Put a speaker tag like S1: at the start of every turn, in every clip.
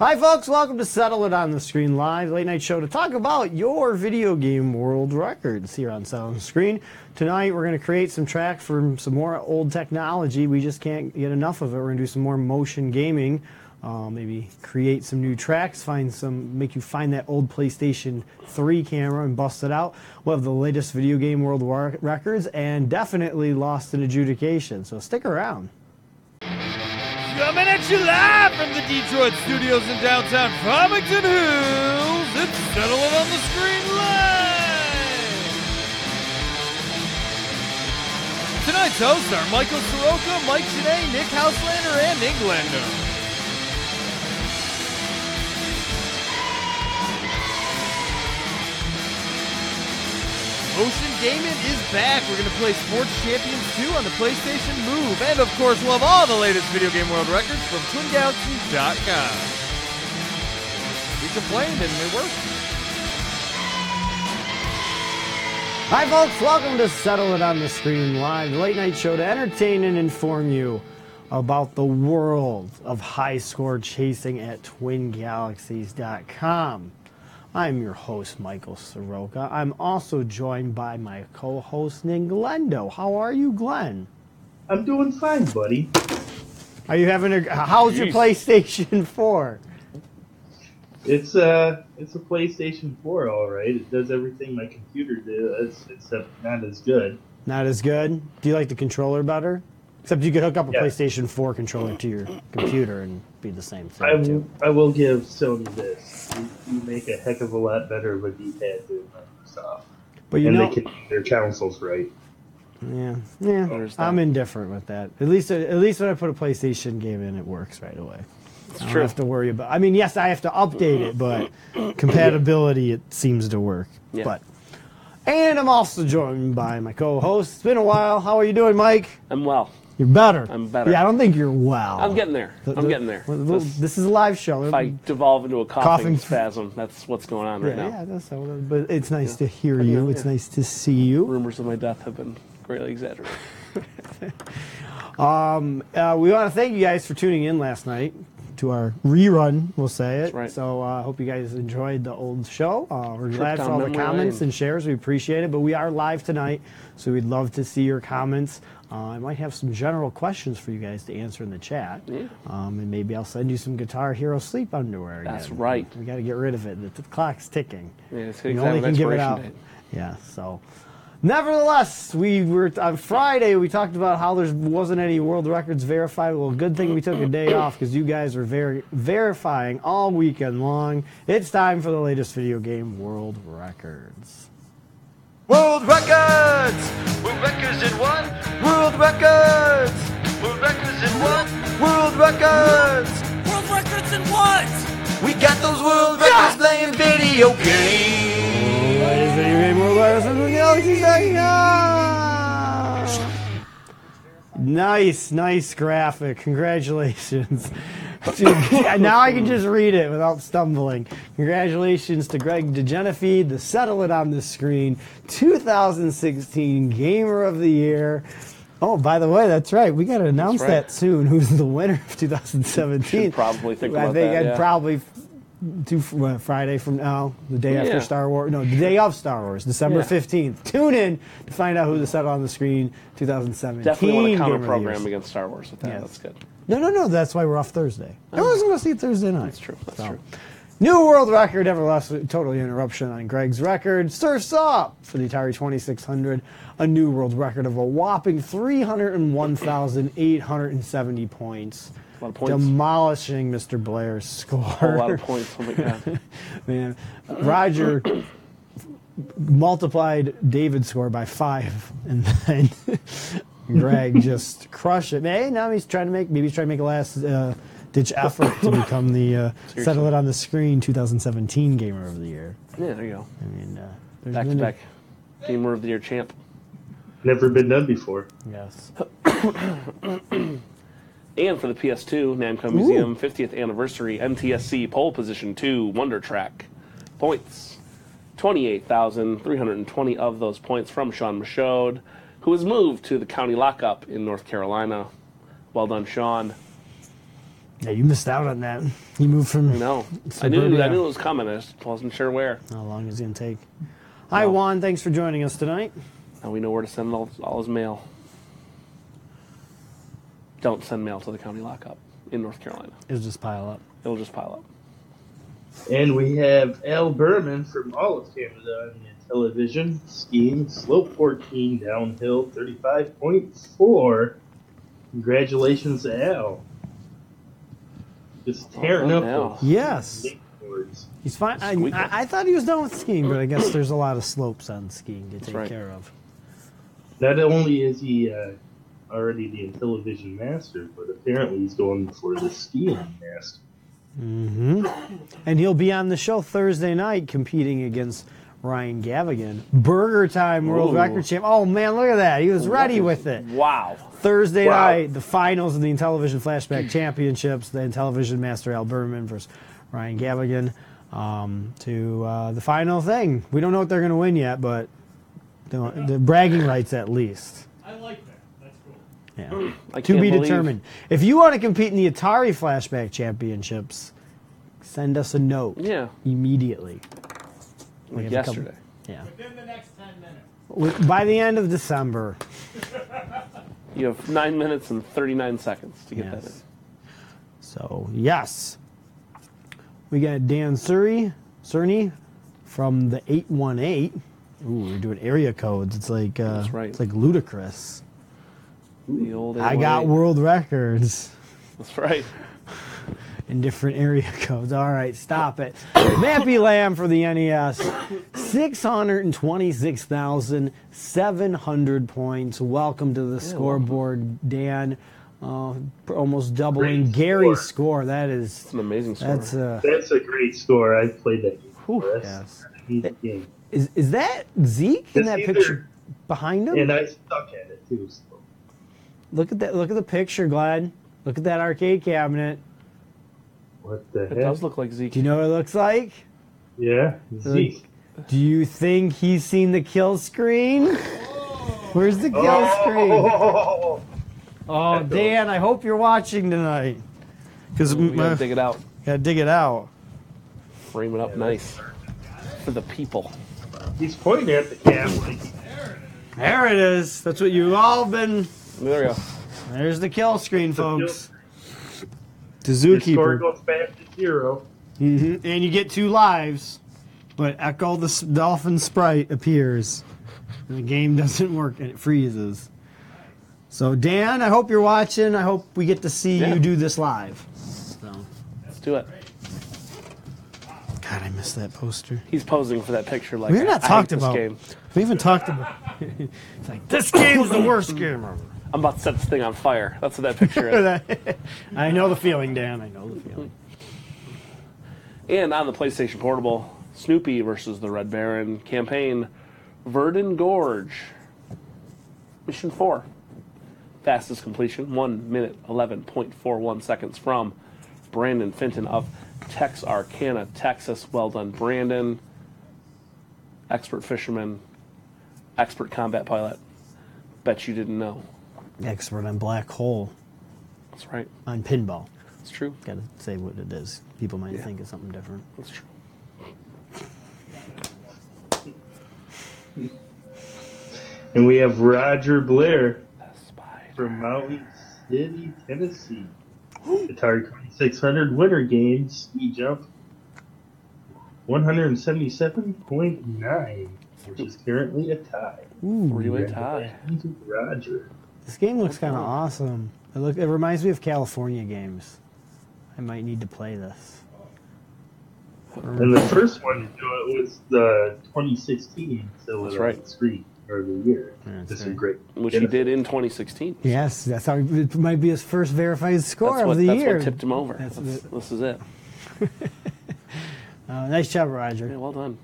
S1: Hi, folks. Welcome to Settle It on the Screen Live, late night show to talk about your video game world records here on Settle on the Screen. Tonight, we're going to create some track from some more old technology. We just can't get enough of it. We're going to do some more motion gaming. Uh, maybe create some new tracks, find some, make you find that old PlayStation 3 camera and bust it out. We'll have the latest video game world war- records and definitely lost in adjudication. So stick around.
S2: Coming at you live from the Detroit studios in downtown Farmington Hills. It's Settle It on the Screen Live. Tonight's hosts are Michael Soroka, Mike Janae, Nick Houselander, and Englander. Ocean Gaming is back. We're going to play Sports Champions 2 on the PlayStation Move. And of course, we'll have all the latest video game world records from TwinGalaxies.com. We complained and it worked.
S1: Hi, folks. Welcome to Settle It on the Screen Live, the late night show to entertain and inform you about the world of high score chasing at twingalaxies.com. I'm your host, Michael Soroka. I'm also joined by my co host, Ninglendo. How are you, Glenn?
S3: I'm doing fine, buddy.
S1: Are you having a. How's your
S2: Jeez.
S1: PlayStation 4?
S3: It's a it's a PlayStation 4, all right. It does everything my computer does, except not as good.
S1: Not as good? Do you like the controller better? Except you could hook up a
S3: Yeah.
S1: PlayStation 4 controller to your computer and be the same thing.
S3: I
S1: too.
S3: will I will give Sony this. You, you make a heck of a lot better of a D-pad than Microsoft,
S1: But you
S3: and
S1: know,
S3: they can do their consoles right.
S1: Yeah, yeah.
S2: Understand.
S1: I'm indifferent with that. At least, at least when I put a PlayStation game in, it works right away. I don't
S2: true.
S1: have to worry about. I mean, yes, I have to update it, but compatibility it seems to work.
S2: Yeah.
S1: But and I'm also joined by my co-host. It's been a while. How are you doing, Mike?
S4: I'm well.
S1: You're better.
S4: I'm better.
S1: Yeah, I don't think you're well.
S4: I'm getting there.
S1: The-
S4: I'm
S1: the-
S4: getting there.
S1: well,
S4: This-
S1: This is a live show.
S4: if I devolve into a coughing,
S1: Coughing.
S4: spasm, that's what's going on
S1: yeah,
S4: right now.
S1: yeah, that's all. But it's nice to hear you. It's nice to see you.
S4: Rumors of my death have been greatly exaggerated.
S1: Uh, we want to thank you guys for tuning in last night to our rerun. We'll say it.
S4: right.
S1: So I uh, hope you guys enjoyed the old show. Uh, we're glad for
S4: down
S1: all the
S4: memory
S1: comments
S4: lane.
S1: and shares. We appreciate it. But we are live tonight, so we'd love to see your comments. Uh, I might have some general questions for you guys to answer in the chat,
S4: Yeah.
S1: um, and maybe I'll send you some Guitar Hero sleep underwear. Again.
S4: That's right.
S1: We got to get rid of it. The, the clock's ticking.
S4: Yeah, it's
S1: We
S4: exam-
S1: only can give it
S4: expiration
S1: out.
S4: date.
S1: Yeah. So. Nevertheless, we were on Friday. We talked about how there wasn't any world records verified. Well, good thing we took a day off because you guys were ver- verifying all weekend long. It's time for the latest video game world records.
S2: World records! World records in one! World records! World records in one! World records!
S5: World records in what?
S2: We got those world records playing video games!
S1: Latest video game world records from the Galaxy Saga. Nice, nice graphic. Congratulations. Dude, now I can just read it without stumbling. Congratulations to Greg DeGenefee, the Settle It on the Screen 2016 Gamer of the Year. Oh, by the way, that's right. We got to announce
S4: right.
S1: that soon. Who's the winner of 2017?
S4: Should probably think
S1: I
S4: about
S1: think
S4: that,
S1: I'd
S4: yeah.
S1: probably f- do f- what, Friday from now, the day after
S4: Yeah.
S1: Star Wars. No, the day of Star Wars, December
S4: Yeah.
S1: 15th. Tune in to find out who the Settle on the Screen 2017
S4: Definitely want to
S1: Gamer
S4: counter
S1: of the
S4: program
S1: Year.
S4: against Star Wars with that.
S1: Yes.
S4: That's good.
S1: No, no, no. That's why we're off Thursday. I wasn't going to see it Thursday night. That's
S4: true, Oh. that's true.
S1: New world record, nevertheless, total interruption on Greg's record. Surfs up for the Atari 2600, a new world record of a whopping 301,870 points.
S4: A lot of points.
S1: Demolishing Mr. Blair's score.
S4: A lot of points. Oh my god.
S1: Man, Roger multiplied David's score by five, and then Greg just crushed it. Hey, now he's trying to make maybe he's trying to make a last uh, ditch effort to become the uh, settle it on the screen 2017 Gamer of the Year.
S4: Yeah, there you go.
S1: I mean, uh, there's
S4: Back to
S1: been a-
S4: back. Gamer of the Year champ.
S3: Never been done before.
S1: Yes.
S4: And for the PS2, Namco Museum 50th Anniversary MTSC Pole Position 2 Wonder Track. Points 28,320 of those points from Sean Michaud, who was moved to the county lockup in North Carolina. Well done, Sean.
S1: Yeah, you missed out on that. He moved from
S4: No, I knew I
S1: Suburbia.
S4: knew it was coming. I just wasn't sure where.
S1: how long is it gonna take? Hi Juan, thanks for joining us tonight.
S4: Now we know where to send all, all his mail. Don't send mail to the county lockup in North Carolina.
S1: It's just pile up.
S4: It'll just pile up.
S3: And we have Al Berman from all of Canada on the television, skiing slope 14, downhill 35.4. Congratulations, Al. Just tearing
S4: Well
S3: up
S4: done, Al.
S3: those
S1: Yes,
S3: skateboards.
S1: he's fine. I,
S4: Squeak
S1: I, I thought he was done with skiing, but I guess there's a lot of slopes on skiing to take
S4: right.
S1: care of.
S3: Not only is he uh, already the television master, but apparently he's going for the skiing master.
S1: Mm-hmm. And he'll be on the show Thursday night competing against Ryan Gavigan, Burger Time World
S4: Ooh.
S1: Record Champ. Oh man, look at that! He was ready with it.
S4: Wow.
S1: Thursday
S3: Wow.
S1: night, the finals of the Intellivision Flashback Championships, the Intellivision Master Al Berman versus Ryan Gavigan, um, to uh, the final thing. We don't know what they're going to win yet, but the, the bragging rights at least.
S6: I like that. That's cool.
S1: Yeah.
S4: I
S1: to
S4: can't
S1: be
S4: believe-
S1: determined. If you want to compete in the Atari Flashback Championships, send us a note
S4: Yeah.
S1: immediately. We have
S4: Like
S1: a couple-
S4: yesterday.
S1: Yeah.
S6: Within the next 10 minutes.
S1: We- By the end of December.
S4: You have nine minutes and thirty-nine seconds to get
S1: Yes.
S4: that in.
S1: So yes, we got Dan Surrey, Cerny from the eight one eight. Ooh, we're doing area codes. It's like uh,
S4: That's right.
S1: it's like ludicrous.
S4: The old.
S1: I got
S4: 818.
S1: world records
S4: That's right.
S1: in different area codes. All right, stop it. Mappy Lamb for the NES, six hundred and twenty six thousand seven hundred points. Welcome to the scoreboard, Dan. Uh, almost doubling
S3: Great
S1: Gary's
S3: score.
S1: score. That is
S4: It's an amazing story.
S1: that's uh,
S3: That's a great score. I've played that game.
S1: Whew,
S3: That's
S1: yes.
S3: an amazing game.
S1: Is is that Zeke in
S3: It's
S1: that
S3: either-
S1: picture behind him?
S3: And I stuck at it too. So.
S1: look at that! Look at the picture, Glenn. Look at that arcade cabinet.
S3: What the
S4: it
S3: heck?
S4: does look like Zeke.
S1: Do you know what it looks like?
S3: yeah, Zeke.
S1: Do you think he's seen the kill screen? Where's the kill screen?
S3: Oh,
S1: Oh, Dan, I hope you're watching tonight. Because
S4: we gotta
S1: gotta
S4: dig it out,
S1: dig it out.
S4: frame it up nice for the people.
S3: he's pointing at the camera.
S1: There it is. That's what you've all been.
S4: There we go.
S1: There's the kill screen,
S3: kill
S1: folks. The
S3: Your score
S1: zookeeper.
S3: goes back to zero.
S1: Mhm. And you get two lives, but Echo the s- Dolphin Sprite appears. And the game doesn't work and it freezes. So, Dan, I hope you're watching. I hope we get to see
S4: Yeah.
S1: you do this live. So.
S4: Let's do it.
S1: God, I missed that poster.
S4: He's posing for that picture. Like
S1: We've not
S4: I hate
S1: talked
S4: this
S1: about
S4: game.
S1: We haven't talked about It's like, this game's the worst game ever.
S4: I'm about to set this thing on fire. That's what that picture is.
S1: I know the feeling, Dan. I know the feeling.
S4: And on the PlayStation Portable, Snoopy versus the Red Baron campaign, Verdon Gorge, mission four, fastest completion, one minute eleven point four one seconds from Brandon Fenton of Texarkana, Texas. Well done, Brandon. Expert fisherman, expert combat pilot. Bet you didn't know.
S1: Expert on Black Hole
S4: That's right.
S1: on pinball.
S4: That's true.
S1: Gotta say what it is. People might
S4: Yeah.
S1: think it's something different.
S4: That's true.
S3: And we have Roger Blair
S4: Spider.
S3: from Maui City, Tennessee. Atari 2600 winner game, ski jump 177.9, which is currently a tie.
S4: Were you a tie?
S3: Congratulations, Roger.
S1: This game looks kind of awesome. It look, it reminds me of California games. I might need to play this.
S3: And the first one to do it was the 2016 so
S4: That's
S3: That's
S4: right.
S3: right. Screen or the year.
S1: Yeah, that's
S3: This
S1: right.
S3: is great.
S4: Which he did in 2016.
S1: Yes, that's how it might be his first verified score
S4: That's
S1: of
S4: what,
S1: the
S4: that's
S1: year.
S4: what tipped him over.
S1: That's
S4: That's-
S1: the-
S4: this is it.
S1: Uh, nice job, Roger.
S4: Yeah, well done.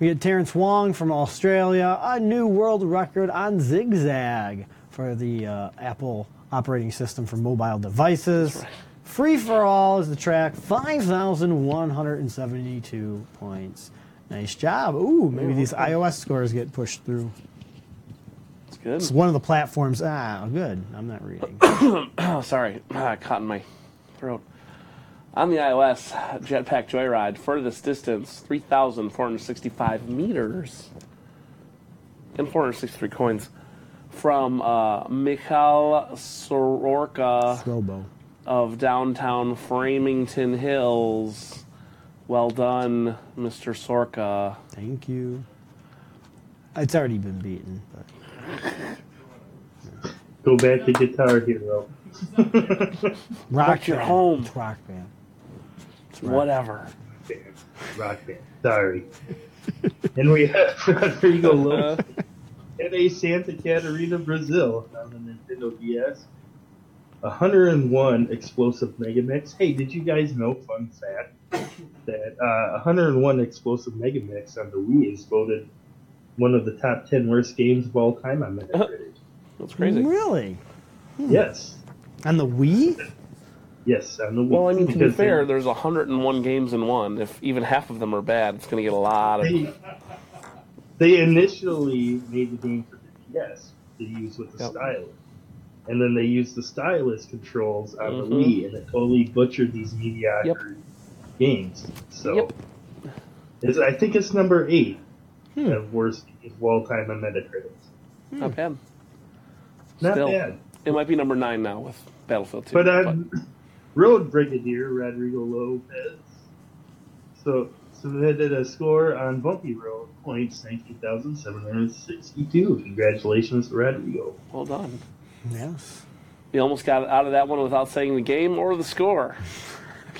S1: We get Terrence Wong from Australia, a new world record on zigzag for the uh, Apple operating system for mobile devices. Free for all is the track, 5,172 points. Nice job. Ooh, maybe these iOS scores get pushed through.
S4: It's good.
S1: It's one of the platforms. Ah, good. I'm not reading.
S4: Oh, sorry. Ah, caught in my road. On the iOS, Jetpack Joyride, furthest distance, 3,465 meters and 463 coins from uh, Mikhail Soroka
S1: Slobo.
S4: of downtown Framington Hills. Well done, Mr. Sorka.
S1: Thank you. It's already been beaten. But.
S3: Go back to Guitar Hero.
S1: Rock,
S4: your
S1: band.
S4: home.
S1: It's rock band.
S4: Whatever.
S3: Band. Rock band. Sorry. and we have Rodrigo Lopez at a Santa Catarina, Brazil on the Nintendo DS. 101 Explosive Megamix. Hey, did you guys know, fun fact, that uh, 101 Explosive Megamix on the Wii is voted one of the top 10 worst games of all time on
S4: Uh-huh.
S3: Metacritic?
S4: That's crazy.
S1: Really?
S3: yes.
S1: On the Wii?
S3: Yes, on the Wii.
S4: Well, I mean, to be
S3: Because they-
S4: fair, there's 101 games in one. If even half of them are bad, it's going to get a lot of.
S3: they, they initially made the game for the DS to use with the
S4: Yep.
S3: stylus, and then they used the stylus controls on
S4: Mhm.
S3: the Wii, and it totally butchered these mediocre games. So,
S4: Yep.
S3: it's, I think it's number eight
S4: Hmm.
S3: of worst games of all time on Metacritic.
S4: Not bad.
S3: Hmm. Not
S4: Still.
S3: bad,
S4: It might be number nine now with Battlefield 2.
S3: but uh, on Road Brigadier Rodrigo Lopez, so submitted a score on Bumpy Road points nineteen thousand seven hundred sixty-two. Congratulations, Rodrigo.
S4: well done.
S1: Yes.
S4: You almost got out of that one without saying the game or the score.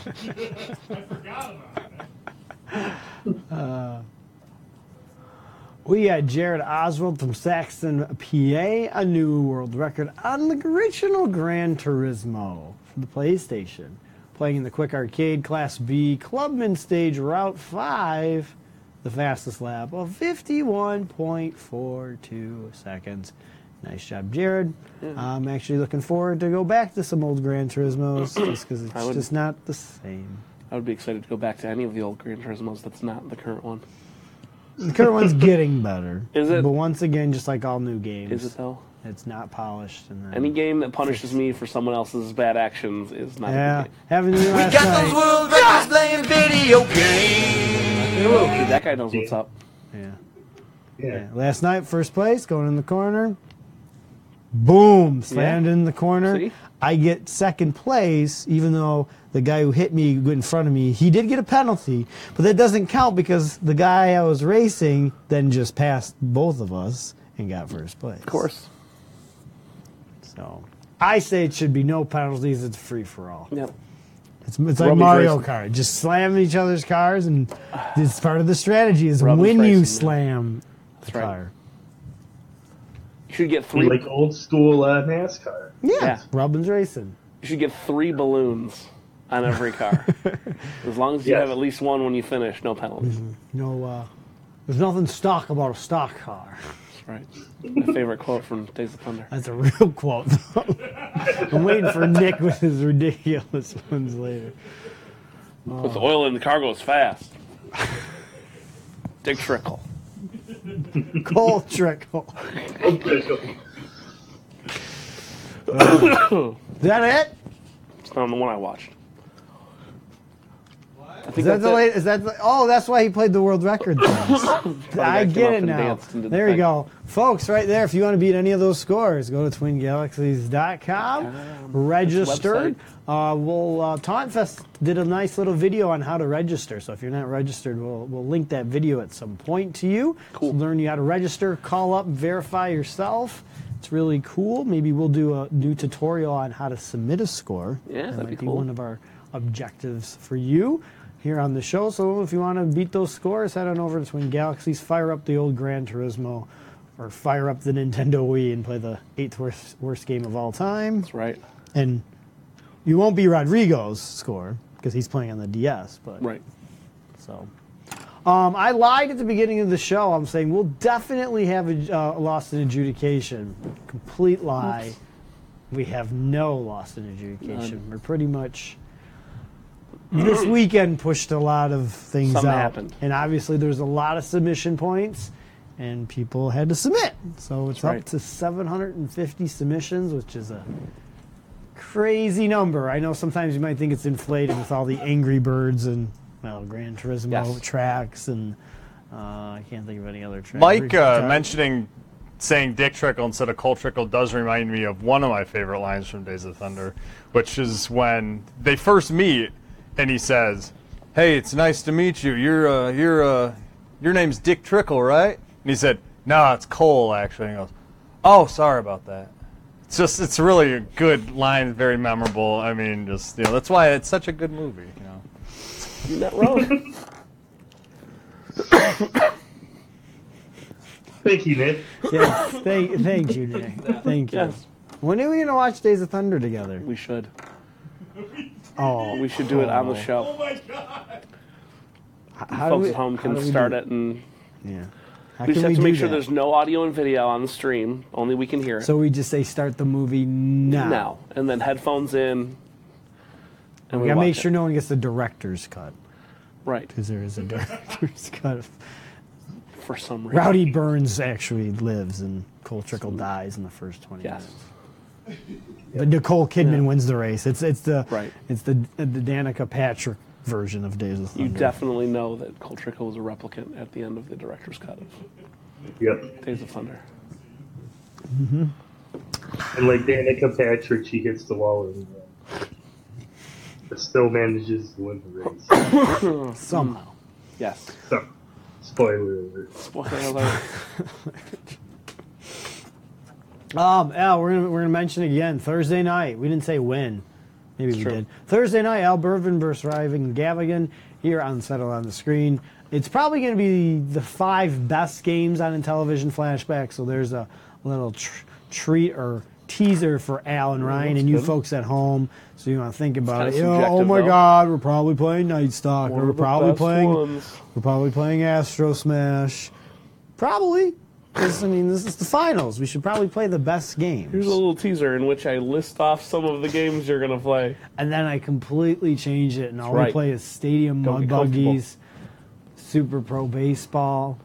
S6: I forgot about that.
S1: We had Jared Oswald from Saxon, PA, a new world record on the original Gran Turismo for the PlayStation, playing in the Quick Arcade Class B Clubman Stage Route 5, the fastest lap of 51.42 seconds. Nice job, Jared. I'm actually looking forward to go back to some old Gran Turismos just because it's
S4: I would-
S1: just not the same.
S4: I would be excited to go back to any of the old Gran Turismos that's not the current one.
S1: The current one's getting better.
S4: Is it-
S1: But once again, just like all new games.
S4: Is it though?
S1: It's not polished. And then,
S4: Any game that punishes me for someone else's bad actions is not a
S1: Yeah,
S4: good game.
S1: having you last night.
S5: world records playing video games.
S4: Dude, that guy knows what's up.
S1: yeah, yeah.
S3: Yeah.
S1: Last night, first place, going in the corner. Boom! Slammed in the corner.
S4: See?
S1: I get second place, even though the guy who hit me who went in front of me, he did get a penalty, but that doesn't count because the guy I was racing then just passed both of us and got first place.
S4: Of course.
S1: So I say it should be no penalties. It's free for all.
S4: Yep.
S1: It's, it's like
S4: Rub his
S1: Mario
S4: race-
S1: Kart. Just slam each other's cars, and it's part of the strategy is
S4: Rub his
S1: when you
S4: racing, yeah.
S1: slam the
S4: right.
S1: car.
S4: You should get three.
S3: Like old school uh, NASCAR.
S1: Yeah.
S4: Yeah.
S1: Robin's racing.
S4: You should get three balloons on every car. as long as you
S3: Yes.
S4: have at least one when you finish, no penalties.
S1: No, uh, there's nothing stock about a stock car.
S4: That's right. My favorite quote from Days of Thunder.
S1: That's a real quote. though. I'm waiting for Nick with his ridiculous ones later. Uh,
S4: Put the oil in the car goes fast. Dick Trickle.
S1: Coal trickle.
S3: That's
S1: Is that it?
S4: It's not the one I watched. I think
S1: Is that the
S4: it.
S1: late? Is that the, oh? That's why he played the world record. Things. I
S4: guy came
S1: get
S4: up
S1: it
S4: and
S1: now.
S4: danced and did the
S1: There you
S4: thing.
S1: go, folks. Right there. If you want to beat any of those scores, go to twingalaxies.com. Registered. Uh, we'll uh, Tauntfest did a nice little video on how to register. So if you're not registered, we'll we'll link that video at some point to you.
S4: Cool.
S1: So learn you how to register, call up, verify yourself. It's really cool. Maybe we'll do a new tutorial on how to submit a score.
S4: Yeah,
S1: that
S4: that'd
S1: might
S4: be
S1: be
S4: cool.
S1: one of our objectives for you here on the show. So if you want to beat those scores, head on over to Twin Galaxies, fire up the old Gran Turismo, or fire up the Nintendo Wii and play the eighth worst, worst game of all time.
S4: Right.
S1: And you won't be Rodrigo's score because he's playing on the DS, but
S4: Right.
S1: so. Um, I lied at the beginning of the show. I'm saying we'll definitely have a uh, lost in adjudication. Complete lie. We have no lost in adjudication. We're pretty much. This weekend pushed a lot of things
S4: Something
S1: out.
S4: happened.
S1: And obviously, there's a lot of submission points, and people had to submit. So it's
S4: That's right.
S1: up to 750 submissions, which is a crazy number. I know sometimes you might think it's inflated with all the Angry Birds and well, Gran Turismo
S4: Yes.
S1: tracks, and uh, I can't think of any other tracks.
S7: Mike uh, mentioning saying Dick Trickle instead of Cole Trickle does remind me of one of my favorite lines from Days of Thunder, which is when they first meet and he says, "Hey, it's nice to meet you. You're uh, you're uh, your name's Dick Trickle, right?" And he said, "No, it's Cole actually." And he goes, "Oh, sorry about that." It's just it's really a good line, very memorable. I mean, just you know that's why it's such a good movie. You know.
S4: You're not wrong.
S3: Thank you, Nick.
S1: Yes, thank, thank you, Nick. Thank you.
S4: yes,
S1: When are we gonna watch Days of Thunder together?
S4: we should.
S1: Oh,
S4: We should do it on the
S6: Oh
S4: show.
S6: my god.
S1: how do
S4: Folks
S1: we-
S4: at home
S1: how
S4: can
S1: do we
S4: start
S1: do-
S4: it, and
S1: Yeah. How
S4: we just
S1: can
S4: have
S1: we
S4: to make
S1: do
S4: sure
S1: that?
S4: there's no audio and video on the stream. Only we can hear it.
S1: So we just say start the movie now.
S4: now, and then headphones in. And
S1: We gotta make
S4: watch it.
S1: sure no one gets the director's cut
S4: Right.
S1: because there is a director's cut. Of,
S4: For some reason.
S1: Rowdy Burns actually lives and Cole Trickle dies in the first twenty
S4: Yes.
S1: minutes. But Nicole Kidman
S4: Yeah.
S1: wins the race. It's it's the
S4: Right.
S1: it's the the Danica Patrick version of Days of
S4: You
S1: Thunder.
S4: definitely know that Coltrico was a replicant at the end of the director's cut of
S3: Yep.
S4: Days of Thunder.
S3: And like Danica Patrick, she hits the wall and uh, but still manages to win the race.
S1: somehow.
S4: Yes.
S3: so, spoiler alert.
S4: Spoiler alert.
S1: Um, yeah, we're gonna, we're gonna mention again Thursday night. We didn't say when. Maybe we
S4: true.
S1: did. Thursday night, Al Burvin versus Ryan Gavigan here on Settle on the Screen. It's probably going to be the five best games on Television Flashback. So there's a little tr- treat or teaser for Al and Ryan and you folks at home. So you want to think about it.
S4: kinda
S1: You know, oh
S4: subjective,
S1: my
S4: though.
S1: God, we're probably playing Night Stalker.
S4: One of
S1: We're
S4: the
S1: probably
S4: best
S1: playing.
S4: ones.
S1: We're probably playing Astro Smash. Probably. 'Cause, I mean, this is the finals. We should probably play the best games.
S4: Here's a little teaser in which I list off some of the games you're gonna play.
S1: and then I completely change it, and all we
S4: right.
S1: play is Stadium
S4: Don't
S1: Mud
S4: get comfortable.
S1: Buggies, Super Pro Baseball.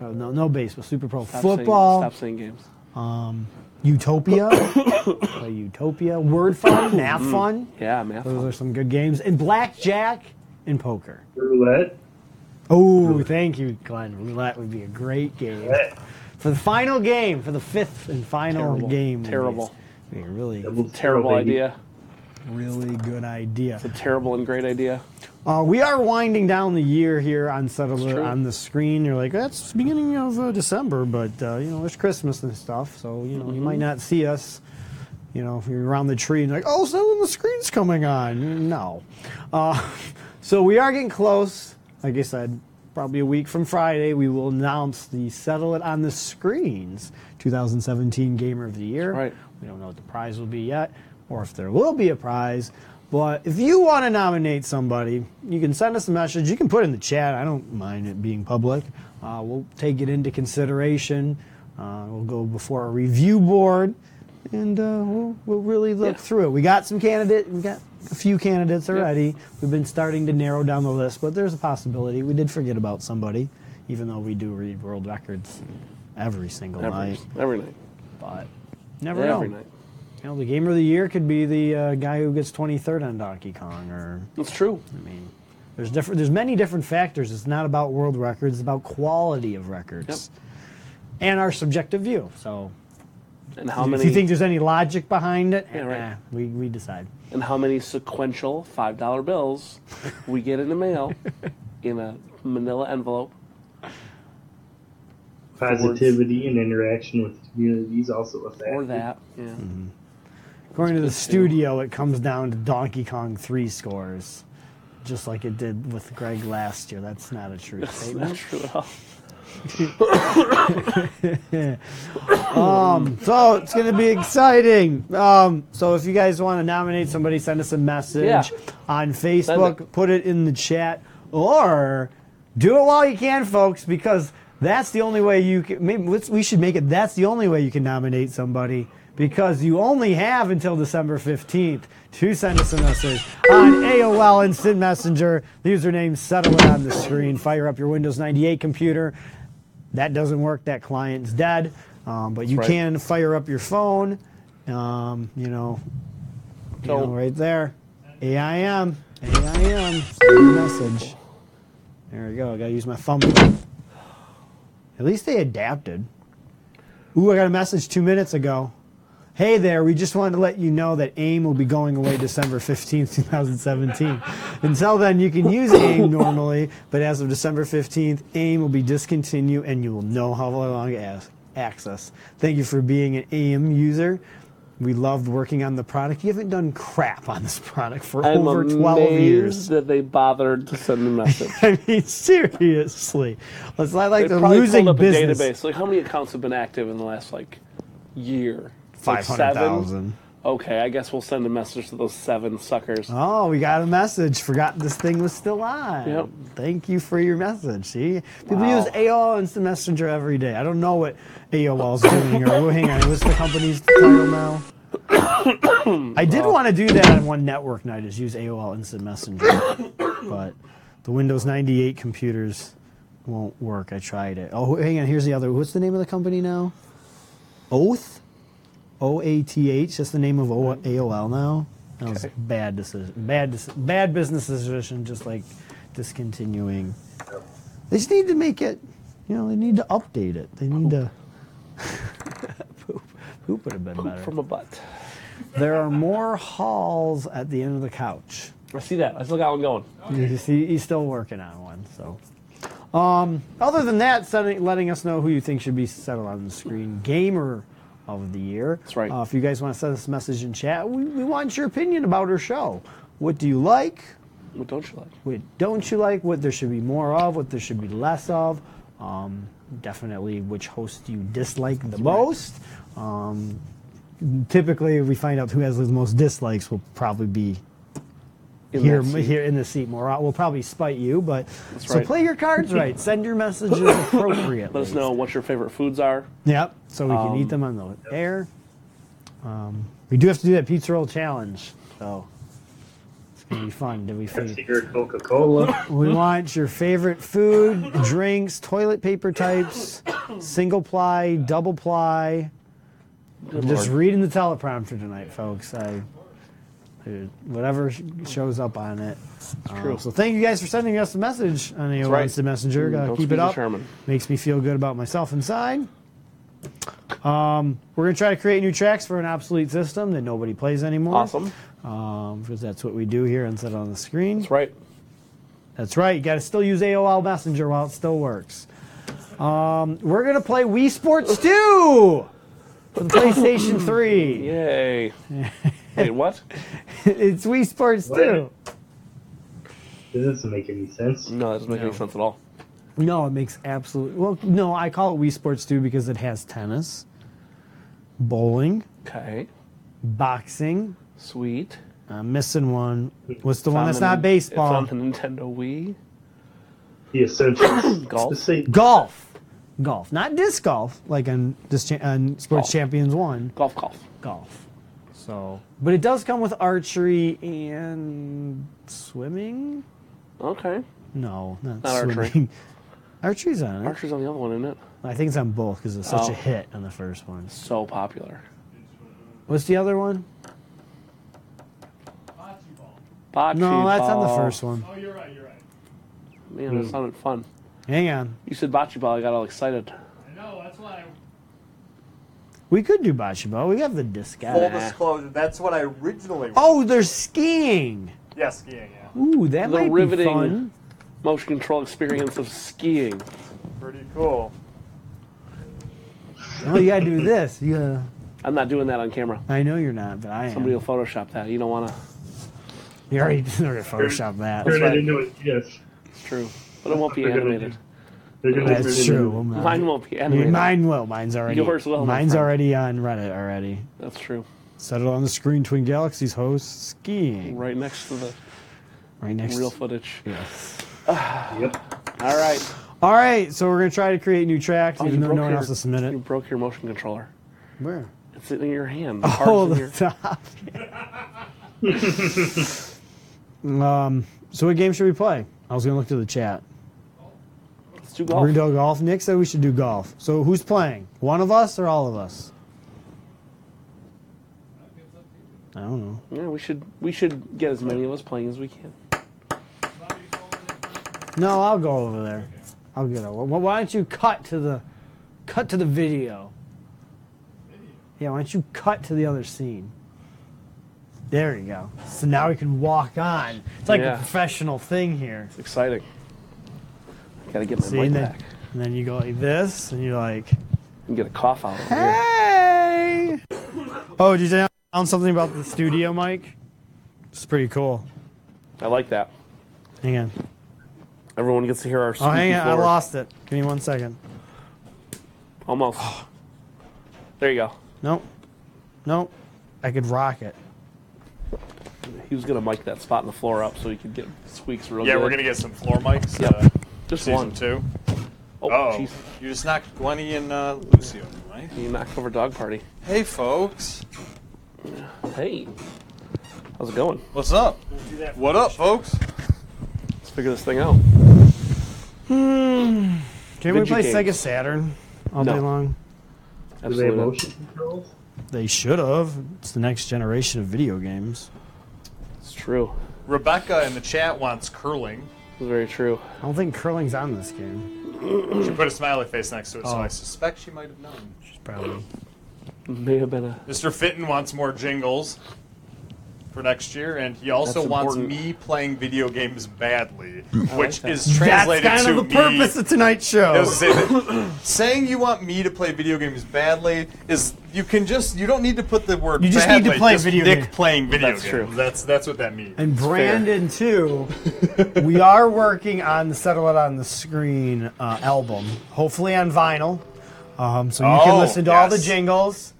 S1: Oh, no, no baseball. Super Pro
S4: Stop saying-
S1: Football.
S4: stop saying games.
S1: Utopia. play Utopia. Word Fun. Math Fun.
S4: Yeah, math.
S1: Those are some good games. And Blackjack and Poker.
S3: Roulette.
S1: Oh, thank you, Glenn. Roulette would be a great game. For the final game, for the fifth and final
S4: Terrible.
S1: game.
S4: Terrible.
S1: It'd be a really,
S3: Double
S4: Terrible
S3: baby.
S4: idea.
S1: really good idea.
S4: Terrible and great idea.
S1: Uh, we are winding down the year here on
S4: It's
S1: Settler
S4: true.
S1: on the screen. You're like, that's the beginning of uh, December, but uh, you know, it's Christmas and stuff, so you know,
S4: Mm-hmm.
S1: you might not see us. You know, if you're around the tree and like, oh, so the screen's coming on. No. Uh, so we are getting close. Like I said, probably a week from Friday, we will announce the Settle It on the Screens 2017 Gamer of the Year.
S4: Right.
S1: We don't know what the prize will be yet, or if there will be a prize. But if you want to nominate somebody, you can send us a message. You can put it in the chat. I don't mind it being public. Uh, we'll take it into consideration. Uh, we'll go before a review board, and uh, we'll, we'll really look
S4: Yeah.
S1: through it. We got some candidate. We got a few candidates already. We've been starting to narrow down the list, but there's a possibility we did forget about somebody, even though we do read world records every single
S4: Every,
S1: night.
S4: every night.
S1: But never
S4: Every
S1: know.
S4: night.
S1: You know, the game of the year could be the uh, guy who gets 23rd on Donkey Kong, or
S4: It's true.
S1: I mean, there's different. There's many different factors. It's not about world records. It's about quality of records, and our subjective view. So,
S4: And how
S1: if
S4: many
S1: you think there's any logic behind it,
S4: Yeah, right.
S1: eh, we we decide.
S4: and how many sequential five dollar bills we get in the mail in a manila envelope.
S3: Positivity and interaction with the community is also a
S4: Or
S3: factor.
S4: that. Yeah.
S1: According to the
S4: It's good too.
S1: studio, it comes down to Donkey Kong three scores, just like it did with Greg last year. That's not a true
S4: It's
S1: statement.
S4: not true at all.
S1: Um, So it's going to be exciting. Um, so if you guys want to nominate somebody, send us a message
S4: Yeah.
S1: on Facebook, put it in the chat, or do it while you can, folks, because that's the only way you can. Maybe let's, we should make it that's the only way you can nominate somebody because you only have until December 15th to send us a message on AOL Instant Messenger. The username settle it on the screen. Fire up your Windows 98 computer that doesn't work. That client's dead. Um, but you
S4: right.
S1: can fire up your phone. Um, you know, You know,
S4: Don't.
S1: right there. AIM. AIM. Send a message. There we go. I gotta use my thumb. At least they adapted. Ooh, I got a message two minutes ago. Hey there, we just wanted to let you know that AIM will be going away December 15th, 2017. Until then, you can use AIM normally, but as of December 15th, AIM will be discontinued and you will no how long to ask- access. Thank you for being an AIM user. We loved working on the product. You haven't done crap on this product for
S4: I'm
S1: over
S4: amazed
S1: 12 years.
S4: that they bothered to send a message.
S1: I mean, seriously. It's not like
S4: They
S1: they're
S4: probably
S1: losing
S4: pulled up
S1: business.
S4: a database. Like, how many accounts have been active in the last like year? Like, seven?
S1: 500,000.
S4: okay, I guess we'll send a message to those seven suckers.
S1: Oh, we got a message. Forgot this thing was still on.
S4: Yep.
S1: Thank you for your message. See, people
S4: Wow.
S1: use AOL Instant Messenger every day. I don't know what AOL's doing. Or well, hang on, what's the company's title now? I did want to do that on one network night. Is use AOL Instant Messenger, but the Windows 98 computers won't work. I tried it. Oh, hang on. Here's the other. What's the name of the company now? Oath. O A T H. That's the name of o- AOL now. That was a bad decision. Bad, deci- bad business decision. Just like discontinuing. They just need to make it. You know, they need to update it. They need to. poop. Poop would have been better.
S4: From a butt.
S1: There are more halls at the end of the couch.
S4: I see that. I still got one going.
S1: You see, he's still working on one. So, um, other than that, setting, letting us know who you think should be settled on the screen gamer of the year.
S4: That's right.
S1: Uh, if you guys want to send us a message in chat, we, we want your opinion about our show. What do you like?
S4: What don't you like?
S1: What don't you like? What there should be more of? What there should be less of? Um, definitely, which host you dislike the most? Um, typically, if we find out who has the most dislikes, will probably be
S4: In
S1: here,
S4: that seat.
S1: here in the seat more. I- We'll probably spite you, but so
S4: right.
S1: play your cards right. Send your messages appropriately.
S4: Let us know Um, what your favorite foods are.
S1: Yep. So we can eat them on the air. Um, we do have to do that pizza roll challenge,
S4: Oh.
S1: so it's gonna be fun. Did we?
S3: Pepsi
S1: Figure?
S3: or Coca Cola.
S1: We want your favorite food, drinks, toilet paper types, single ply, double ply. I'm just reading the teleprompter tonight, folks. I, dude, whatever sh- shows up on it. Um,
S4: true.
S1: so thank you guys for sending us a message on the
S4: right. Mm,
S1: Instant Messenger. Gotta
S4: Don't
S1: keep
S4: speak
S1: it
S4: to
S1: up.
S4: Sherman.
S1: Makes me feel good about myself inside. Um, we're gonna try to create new tracks for an obsolete system that nobody plays anymore.
S4: Awesome.
S1: Um, because that's what we do here and set on the screen.
S4: That's right.
S1: That's right. You got to still use AOL Messenger while it still works. Um, we're gonna play Wii Sports 2 for the PlayStation 3.
S4: Yay. Wait, what?
S1: It's Wii Sports 2.
S3: It doesn't make any sense.
S4: No, that doesn't make any sense at all.
S1: No, it makes absolute. Well, no, I call it Wii Sports 2 because it has tennis, bowling,
S4: Okay.
S1: boxing.
S4: Sweet.
S1: I'm missing one. What's the
S4: It's
S1: one
S4: on
S1: that's
S4: the
S1: not
S4: Nin-
S1: baseball?
S4: It's on the Nintendo Wii.
S3: The essentials.
S4: Golf.
S3: It's the same.
S1: Golf. Golf, not disc golf, like on, this cha- on Sports
S4: Golf.
S1: Champions 1.
S4: Golf, golf.
S1: golf. So, but it does come with archery and swimming.
S4: Okay.
S1: No, not,
S4: Not
S1: swimming.
S4: archery.
S1: Archery's on it.
S4: Archer's on the other one, isn't it?
S1: I think it's on both because it's such
S4: Oh.
S1: a hit on the first one.
S4: So popular.
S1: What's the other one?
S6: Bocce ball.
S4: Bocce
S1: No, that's on the
S4: ball.
S1: first one.
S6: Oh, you're right, you're right.
S4: Man, that sounded fun.
S1: Hang on,
S4: You said bocce ball. I got all excited.
S6: I know, that's why I
S1: we could do bocce ball. We have the disc.
S4: Full
S8: Full
S1: out.
S4: dis-
S8: disclosure, that's what I originally.
S1: Oh, they're skiing.
S8: Yeah, skiing. Yeah,
S1: Ooh, that
S4: The
S1: might
S4: riveting
S1: be fun.
S4: motion control experience of skiing.
S8: pretty cool.
S1: Oh, you gotta do this. You gotta.
S4: I'm not doing that on camera.
S1: I know you're not, but I am.
S4: Somebody will Photoshop that. You don't want to.
S1: you already started Photoshop that.
S3: Turn
S4: right.
S3: it into a GIF.
S4: It's true. But it won't be
S3: They're gonna
S4: animated.
S3: do- They're gonna turn
S1: That's
S3: it
S1: true.
S3: into-
S1: I'm not-
S4: Mine won't be animated.
S1: Mine will. Mine's already.
S4: Yours will, my
S1: Mine's
S4: friend.
S1: already on Reddit already.
S4: That's true.
S1: Set it on the screen. Twin Galaxies host skiing right,
S4: Right next to the
S1: next.
S4: real footage.
S3: Yep.
S4: All right.
S1: All right, so we're gonna try to create new tracks,
S4: Oh, you
S1: even though
S4: broke
S1: no one
S4: your-
S1: else has submitted.
S4: You broke your motion controller.
S1: Where?
S4: It's in your hand. The
S1: Oh,
S4: oh, in your...
S1: the top. um. So what game should we play? I was gonna look to the chat.
S4: Let's do
S1: We're
S4: golf.
S1: gonna do golf. Nick said we should do golf. So who's playing? One of us or all of us? I don't know.
S4: Yeah, we should we should get as many of us playing as we can.
S6: Bobby, you told me.
S1: No, I'll go over there. I'll get over. Why why don't you cut to the, cut to the video? Yeah, why don't you cut to the other scene? There you go. So now we can walk on. It's like
S4: Yeah.
S1: a professional thing here.
S4: It's exciting. Gotta get my
S1: See,
S4: mic
S1: and then,
S4: back
S1: and then you go like this, and you're like,
S4: and get a cough out. Over here.
S1: hey. Oh, did you found something about the studio mic? It's pretty cool.
S4: I like that.
S1: Hang on.
S4: Everyone gets to hear our.
S1: Oh, hang
S4: squeaky
S1: on. I
S4: floor.
S1: lost it. Give me one second.
S4: Almost. there you go.
S1: Nope. Nope. I could rock it.
S4: He was gonna mic that spot in the floor up so he could get squeaks real
S7: Yeah,
S4: good.
S7: we're gonna get some floor mics.
S4: Yep.
S7: Uh,
S4: just
S7: season
S4: one.
S7: two.
S4: Oh,
S7: Oh,
S4: jeez,
S8: You just knocked Glenny and uh, Lucy over, right?
S4: you knocked over dog party.
S8: Hey, folks.
S4: Hey, how's it going?
S8: What's up? What up, folks?
S4: Let's figure this thing out.
S1: Can we
S4: Video
S1: play Sega
S4: games.
S1: Saturn all
S4: No.
S1: day long?
S3: Do they have
S4: Absolutely. not.
S3: motion controls?
S1: They should have. It's the next generation of video games.
S4: It's true.
S7: Rebecca in the chat wants curling.
S4: It's very true.
S1: I don't think curling's on this game.
S7: She put a smiley face next to it, so I suspect.
S8: Suspect she might have known.
S1: It's probably.
S4: May have been a.
S7: Mr. Fitton wants more jingles for next year, and he also
S4: That's
S7: wants
S4: important.
S7: me playing video games badly, which
S4: that.
S7: is translated
S1: That's kind
S7: to
S1: of the purpose
S7: me.
S1: of tonight's show.
S7: I was gonna say that Oh. saying you want me to play video games badly is you can just you don't need to put the word.
S1: You just need to
S7: badly,
S1: play
S7: just
S1: video
S7: Nick
S1: games.
S7: playing video
S4: That's
S7: games.
S4: true.
S7: That's that's what that means.
S1: And Brandon too. we are working on the Settle It on the Screen uh, album, hopefully on vinyl. Um, so you
S7: Oh,
S1: can listen to all the
S7: yes.
S1: jingles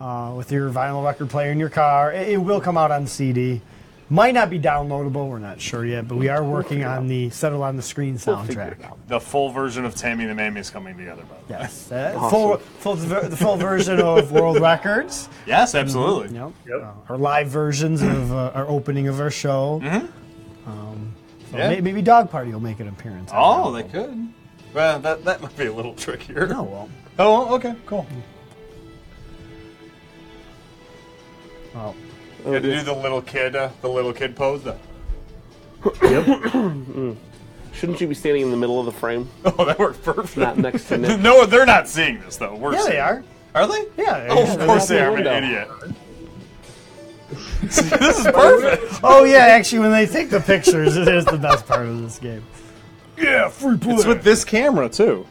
S1: uh, with your vinyl record player in your car. It, it will come out on CD. Might not be downloadable. We're not sure yet, but we are working on the Settle on the Screen soundtrack.
S7: The full version of Tammy the Mammy is coming together. By the way.
S1: yes, that-
S4: Awesome.
S1: full, full, the full version of World Records.
S7: Yes, absolutely.
S1: Yep. Uh, our live versions of uh, our opening of our show. Um, so
S7: Mm-hmm. Yeah.
S1: may- maybe Dog Party will make an appearance. I don't
S7: Oh,
S1: know.
S7: they could. Well, that that might be a little trickier.
S1: No, well,
S7: Oh, okay, cool.
S1: well,
S4: oh,
S7: Got to do the little kid, uh, the little kid pose. Though.
S4: Shouldn't you be standing in the middle of the frame,
S7: Oh, that worked perfect.
S4: not next to Nick?
S7: no, they're not seeing this though. We're
S1: yeah,
S7: seeing
S1: they
S7: it.
S1: are.
S7: Are they?
S1: Yeah.
S7: Oh,
S1: yeah,
S7: of course they
S1: they're-
S7: are.
S4: out
S7: I'm
S4: the
S7: an idiot. this is perfect.
S1: Oh yeah, actually, when they take the pictures, it is the best part of this game.
S7: Yeah, free play. It's with this camera too.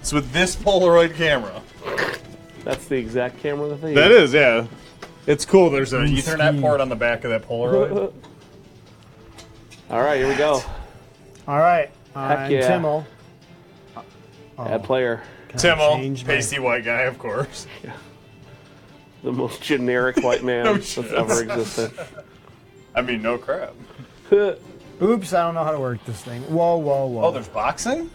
S7: It's with this Polaroid camera.
S4: That's the exact camera that they.
S7: That is, yeah. It's cool. There's an
S1: Mm,
S7: Ethernet
S1: scheme.
S7: port on the back of that Polaroid.
S4: All right, here we go.
S1: All right, uh,
S4: Heck
S1: and
S4: yeah.
S1: Timmel.
S7: Oh.
S4: Add player,
S1: Kinda
S7: Timmel,
S1: changed my-
S7: pasty white guy, of course.
S4: the most generic white man
S7: No
S4: that's
S7: shit.
S4: ever existed.
S7: I mean, no crap.
S1: Oops, I don't know how to work this thing. Whoa, whoa, whoa.
S7: Oh, there's boxing.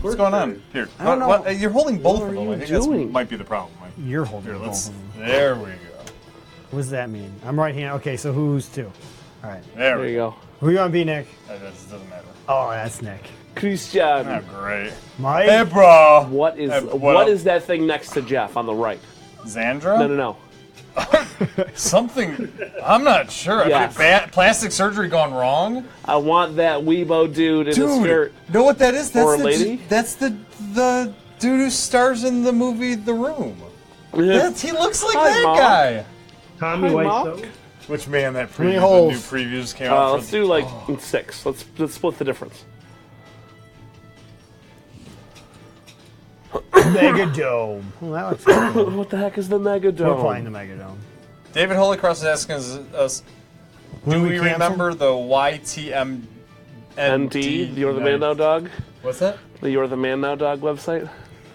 S7: What's going on here?
S1: I don't
S7: what-
S1: know.
S7: what- uh, You're holding both of
S4: What are
S7: them.
S4: you
S7: I think that's
S4: doing?
S7: might be the problem. Mike.
S1: You're holding
S7: Here,
S1: both
S7: let's.
S1: of them.
S7: There we go.
S1: What does that mean? I'm right handed. Okay, so who's two? All right,
S7: There,
S4: There
S7: we
S4: you
S7: go.
S4: go,
S1: who you gonna be, Nick?
S7: That that doesn't matter.
S1: Oh, that's Nick.
S4: Christian.
S7: Oh, great.
S1: Mike.
S7: Hey, bro.
S4: What is
S7: Hey,
S4: what
S7: up?
S4: is that thing next to Jeff on the right?
S7: Zandra?
S4: No, no, no.
S7: Something. I'm not sure.
S4: Yes.
S7: Is it ba- plastic surgery gone wrong?
S4: I want that Weibo dude in the skirt.
S7: know what that is?
S4: Or a lady?
S7: That's the the dude who stars in the movie The Room. That's, he looks like
S4: Hi,
S7: that
S4: Mom.
S7: guy.
S3: Tommy
S4: Mark.
S3: Wiseau.
S7: Which man? That
S1: many
S7: preview, the new
S1: holes?
S7: previews came out.
S4: Uh,
S7: for
S4: let's
S7: the-
S4: do like six. Let's let's split the difference.
S1: Megadome. Well, that looks cool.
S4: What the heck is the Mega
S1: We're playing
S4: Dome?
S1: the Megadome.
S7: David Holycross is asking us, us, do we,
S1: cancel?
S7: remember the YTM?
S4: ND, the You're the Man Now Dog,
S7: What's that?
S4: the You're the Man Now Dog website.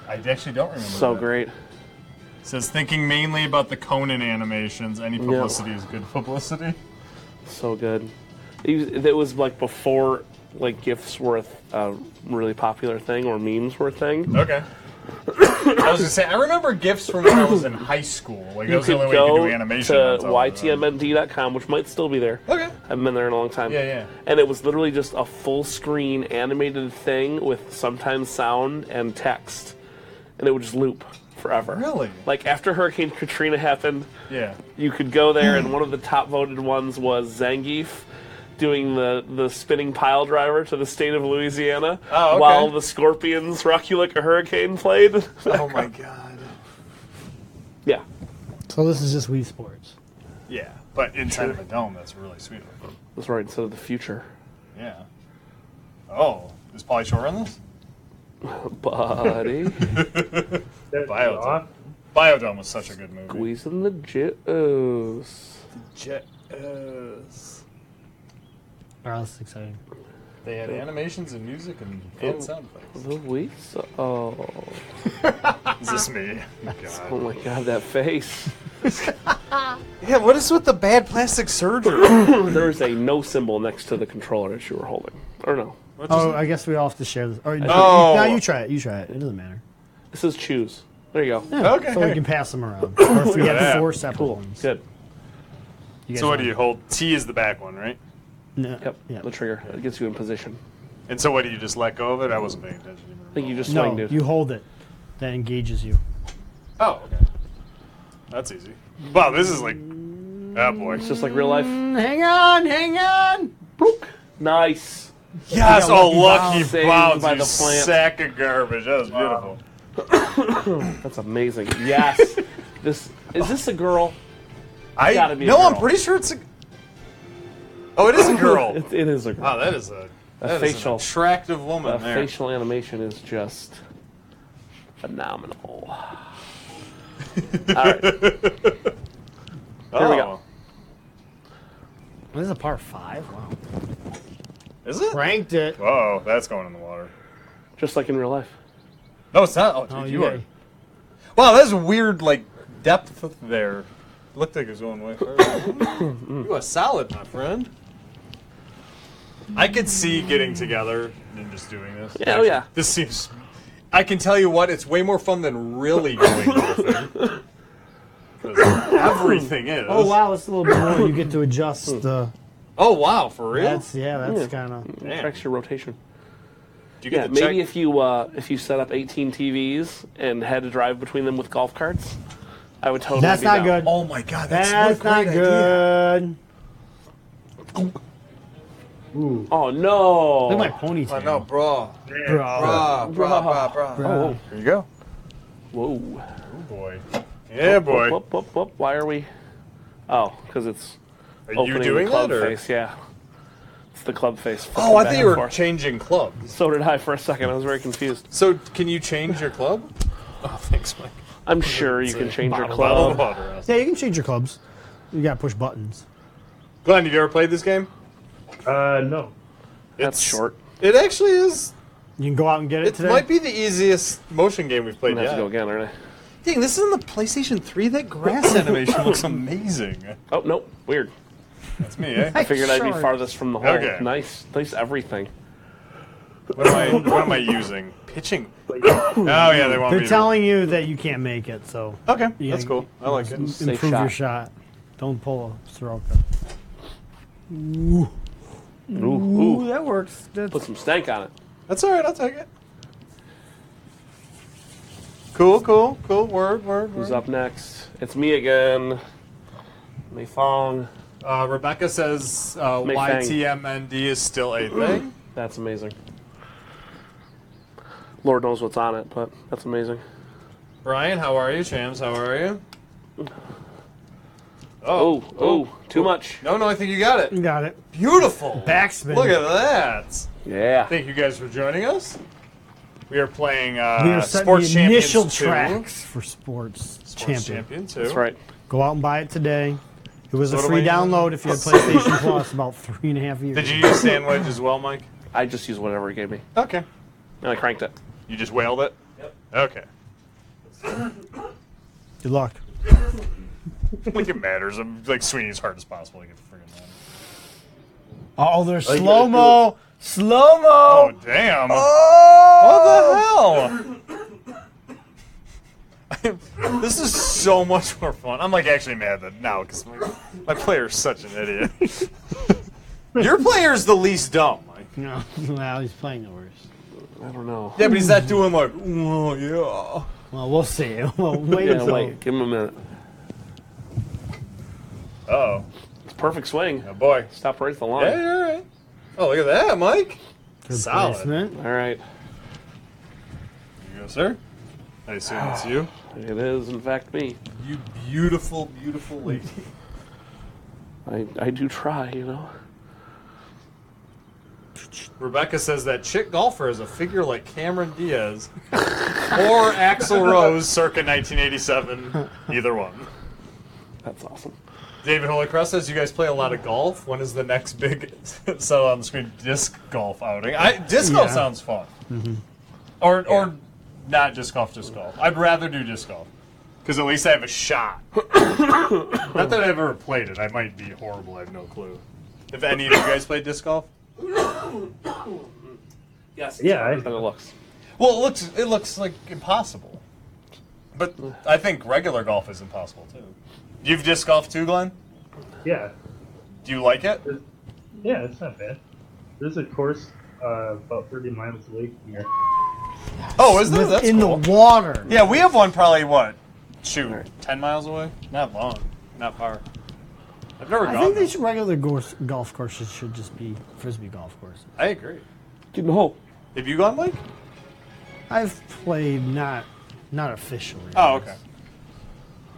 S7: I actually don't remember.
S4: So
S7: that.
S4: great.
S7: Says thinking mainly about the Conan animations. Any publicity is good publicity.
S4: So good. It was- It was like before like gifts were a th- a really popular thing or memes were a thing.
S7: Okay. I was gonna say I remember gifts from when I was in high school. Like that
S4: You
S7: was the only
S4: could
S7: way you could
S4: go
S7: do
S4: to
S7: animation. on top of that.
S4: ytmnd.com, which might still be there.
S7: Okay.
S4: I haven't been there in a long time.
S7: Yeah, yeah.
S4: And it was literally just a full screen animated thing with sometimes sound and text, and it would just loop forever.
S7: Really?
S4: Like after Hurricane Katrina happened,
S7: Yeah.
S4: you could go there, and one of the top voted ones was Zangief doing the, the spinning pile driver to the state of Louisiana
S8: Oh, okay.
S4: while the Scorpions Rocky Like a Hurricane played.
S8: Oh my god.
S4: yeah.
S1: So this is just Wii Sports.
S7: Yeah. But inside of a dome, that's really sweet. looking.
S4: That's right, instead of the future.
S7: Yeah. Oh, is Polly Shore on this?
S4: Buddy,
S3: That's
S7: Biotech.
S3: off.
S7: Biodome was such a good movie.
S4: squeezing the juice.
S7: Jet.
S1: Oh, that's exciting.
S7: They had animations and music and fun sound effects.
S4: The weeks. Oh,
S7: Is this me?
S4: oh
S7: God.
S4: my God, that face.
S8: Yeah, what is with the bad plastic surgery?
S4: there is a no symbol next to the controller that you were holding. Or no.
S1: Oh, I guess we all have to share this. Or,
S8: Oh.
S1: No, you try it. You try it. It doesn't matter.
S4: This is choose. There you go.
S7: Okay.
S1: So we can pass them around. Or if we
S7: that.
S1: have four separate ones.
S4: Good.
S1: You guys
S7: So what
S1: want-
S7: do you hold? T is the back one, right?
S1: No,
S4: Yep.
S1: yeah.
S4: The trigger. It gets you in position.
S7: And so what do you just let go of it? I wasn't paying attention.
S4: I think you just swing,
S1: No,
S4: dude.
S1: you hold it. That engages you.
S7: Oh, okay. That's easy. Wow, this is like. Oh boy.
S4: It's just like real life.
S1: Mm, Hang on, hang on.
S4: Boop. Nice.
S7: Yes,
S1: Yeah,
S7: a
S1: lucky
S7: lucky
S4: bounce. Saved
S7: bounce,
S4: by
S7: you
S4: the plant.
S7: sack of garbage. That was beautiful.
S4: That's amazing. Yes. this is this a girl?
S7: I
S4: gotta be a
S7: no, I'm
S4: girl.
S7: pretty sure it's a. Oh, it is a girl.
S4: It, it is a girl.
S7: wow, that is a that is an
S4: facial-
S7: attractive woman
S4: The
S7: there.
S4: facial animation is just phenomenal. All right. Here we
S7: Oh.
S4: go.
S1: This is a par five. Wow.
S7: Is it?
S1: Ranked it.
S7: Whoa, that's going in the water.
S4: Just like in real life.
S7: No, it's not. Oh, dude,
S1: Oh,
S7: you
S1: yeah.
S7: are. Wow, that's weird. Like depth there. Looked like it was going way further.
S8: you are solid, my friend.
S7: I could see getting together and just doing this.
S4: Yeah, oh, yeah.
S7: This seems. I can tell you what, it's way more fun than really going golfing. 'Cause everything is.
S1: Oh wow, it's a little bit more. You get to adjust the.
S8: Oh wow, for real?
S1: That's yeah. That's kind of.
S4: It tracks your rotation.
S7: Do you
S4: Yeah,
S7: get the
S4: maybe
S7: check?
S4: if you uh, if you set up 18 TVs and had to drive between them with golf carts, I would totally.
S1: That's
S4: be
S1: not
S4: down.
S1: good.
S8: oh my god, that's, what a
S1: That's not
S8: great idea.
S1: good.
S4: Oh no!
S1: Look at my
S7: Oh,
S8: I
S1: ponytail.
S8: know, bro. Bro, bro, bro, bro.
S1: Bro.
S7: Here you go.
S4: Oh, Whoa!
S7: Oh boy. Yeah, boy.
S4: Whoop, whoop, whoop, whoop. Why are we? Oh, because it's
S7: Are
S4: opening
S7: you doing
S4: the club
S7: that or?
S4: face. Yeah, it's the club face.
S7: Oh, I
S4: Back
S7: thought you
S4: and
S7: were
S4: forth.
S7: changing clubs.
S4: So did I for a second. I was very confused.
S8: So can you change your club? Oh, thanks, Mike.
S4: I'm sure you can change your
S7: Bottle of
S4: club.
S7: water.
S1: Yeah, you can change your clubs. You gotta push buttons.
S7: Glenn, have you ever played this game?
S3: Uh, no.
S4: That's short.
S7: It actually is.
S1: You can go out and get it,
S7: It
S1: today.
S7: might be the easiest motion game we've
S4: I'm
S7: played
S4: gonna have
S7: yet.
S4: to go again, aren't I?
S8: Dang, this is on the PlayStation 3. That grass animation looks amazing.
S7: Amazing.
S4: Oh nope, weird.
S7: That's me, eh?
S4: I figured I'd be farthest from the hole.
S7: Okay.
S4: Nice, nice everything.
S7: What am I? What am I using? Pitching. Oh yeah, they want
S1: They're
S7: me.
S1: telling you that you can't make it, so
S7: To... Okay,
S1: Yeah,
S7: that's cool. I like it.
S1: improve your
S4: shot.
S1: shot. Don't pull a Soroka.
S4: Ooh, ooh.
S1: Ooh, that works. That's
S4: Put some stank on it.
S7: That's all right. I'll take it. Cool, cool, cool. Word, word,
S4: Who's
S7: word.
S4: up next? It's me again. Mei Fong.
S7: Uh, Rebecca says uh,
S4: Make thang.
S7: YTMND is still a thing.
S4: That's amazing. Lord knows what's on it, but that's amazing.
S7: Brian, how are you? Chams, how are you?
S4: Oh, oh, too much.
S7: No, no, I think you got it.
S1: you got it.
S7: Beautiful.
S1: Backspin.
S7: Look at that.
S4: Yeah.
S7: Thank you guys for joining us. We are playing uh,
S1: we are setting
S7: Sports
S1: the initial
S7: Champions 2.
S1: tracks for sports, champion.
S7: Sports Champion 2.
S4: That's right.
S1: Go out and buy it today. It was
S7: So
S1: a
S7: do
S1: free
S7: I-
S1: download if you had PlayStation Plus about three and a half years.
S7: Did you use Sandwich as well, Mike?
S4: I just used whatever it gave me.
S7: Okay.
S4: And I cranked it.
S7: You just wailed it? Yep. Okay.
S1: Good luck.
S7: like it matters. I'm like swinging as hard as possible to get the freaking line.
S1: Oh, there's
S3: you
S1: slow mo, slow
S7: Oh,
S1: mo.
S7: damn.
S8: Oh!
S7: This is so much more fun. I'm like actually mad that now because my, my player's such an idiot.
S8: What the hell? Your player's the least dumb, Mike.
S7: uh,
S1: No, well, he's playing the worst.
S4: I don't know.
S8: Yeah, but he's not doing like, oh, yeah.
S1: Well, we'll see. Well, wait
S4: yeah,
S1: until.
S4: wait. Give him a minute.
S7: Oh,
S4: It's perfect swing.
S7: oh boy.
S4: Stop right at the
S7: Yeah,
S4: line.
S7: you're all right. Oh, look at that, Mike.
S1: Good
S7: Solid.
S1: placement.
S4: All right.
S7: There you go, sir. I assume it's you.
S4: It is, in fact, me.
S7: You beautiful, beautiful lady.
S4: I, I do try, you know.
S7: Rebecca says that chick golfer is a figure like Cameron Diaz or Axl Rose circa 1987. Either one.
S4: That's awesome.
S7: David Holycross says you guys play a lot of golf. When is the next big so on the screen disc golf outing? I, disc golf
S1: Yeah.
S7: sounds fun. Or or not disc golf, disc golf. I'd rather do disc golf because at least I have a shot. not that I've ever played it. I might be horrible. I have no clue. If any of you guys played disc golf,
S4: Yes.
S3: Yeah, I-
S4: And it looks.
S7: well, it looks it looks like impossible. But I think regular golf is impossible too. You've disc golf too, Glenn.
S3: Yeah,
S7: Do you like it?
S3: yeah, it's not bad. There's a course uh, about 30 miles away from here.
S7: Oh, is there? That's
S1: in
S7: cool.
S1: the water.
S7: Yeah, we have one probably what? Shoot, ten miles away? Not long, not far. I've never
S1: I
S7: gone.
S1: think they should regular golf, golf courses should just be frisbee golf courses.
S7: I agree.
S4: Didn't hope.
S7: Have you gone, Mike?
S1: I've played not not officially.
S7: Oh, okay.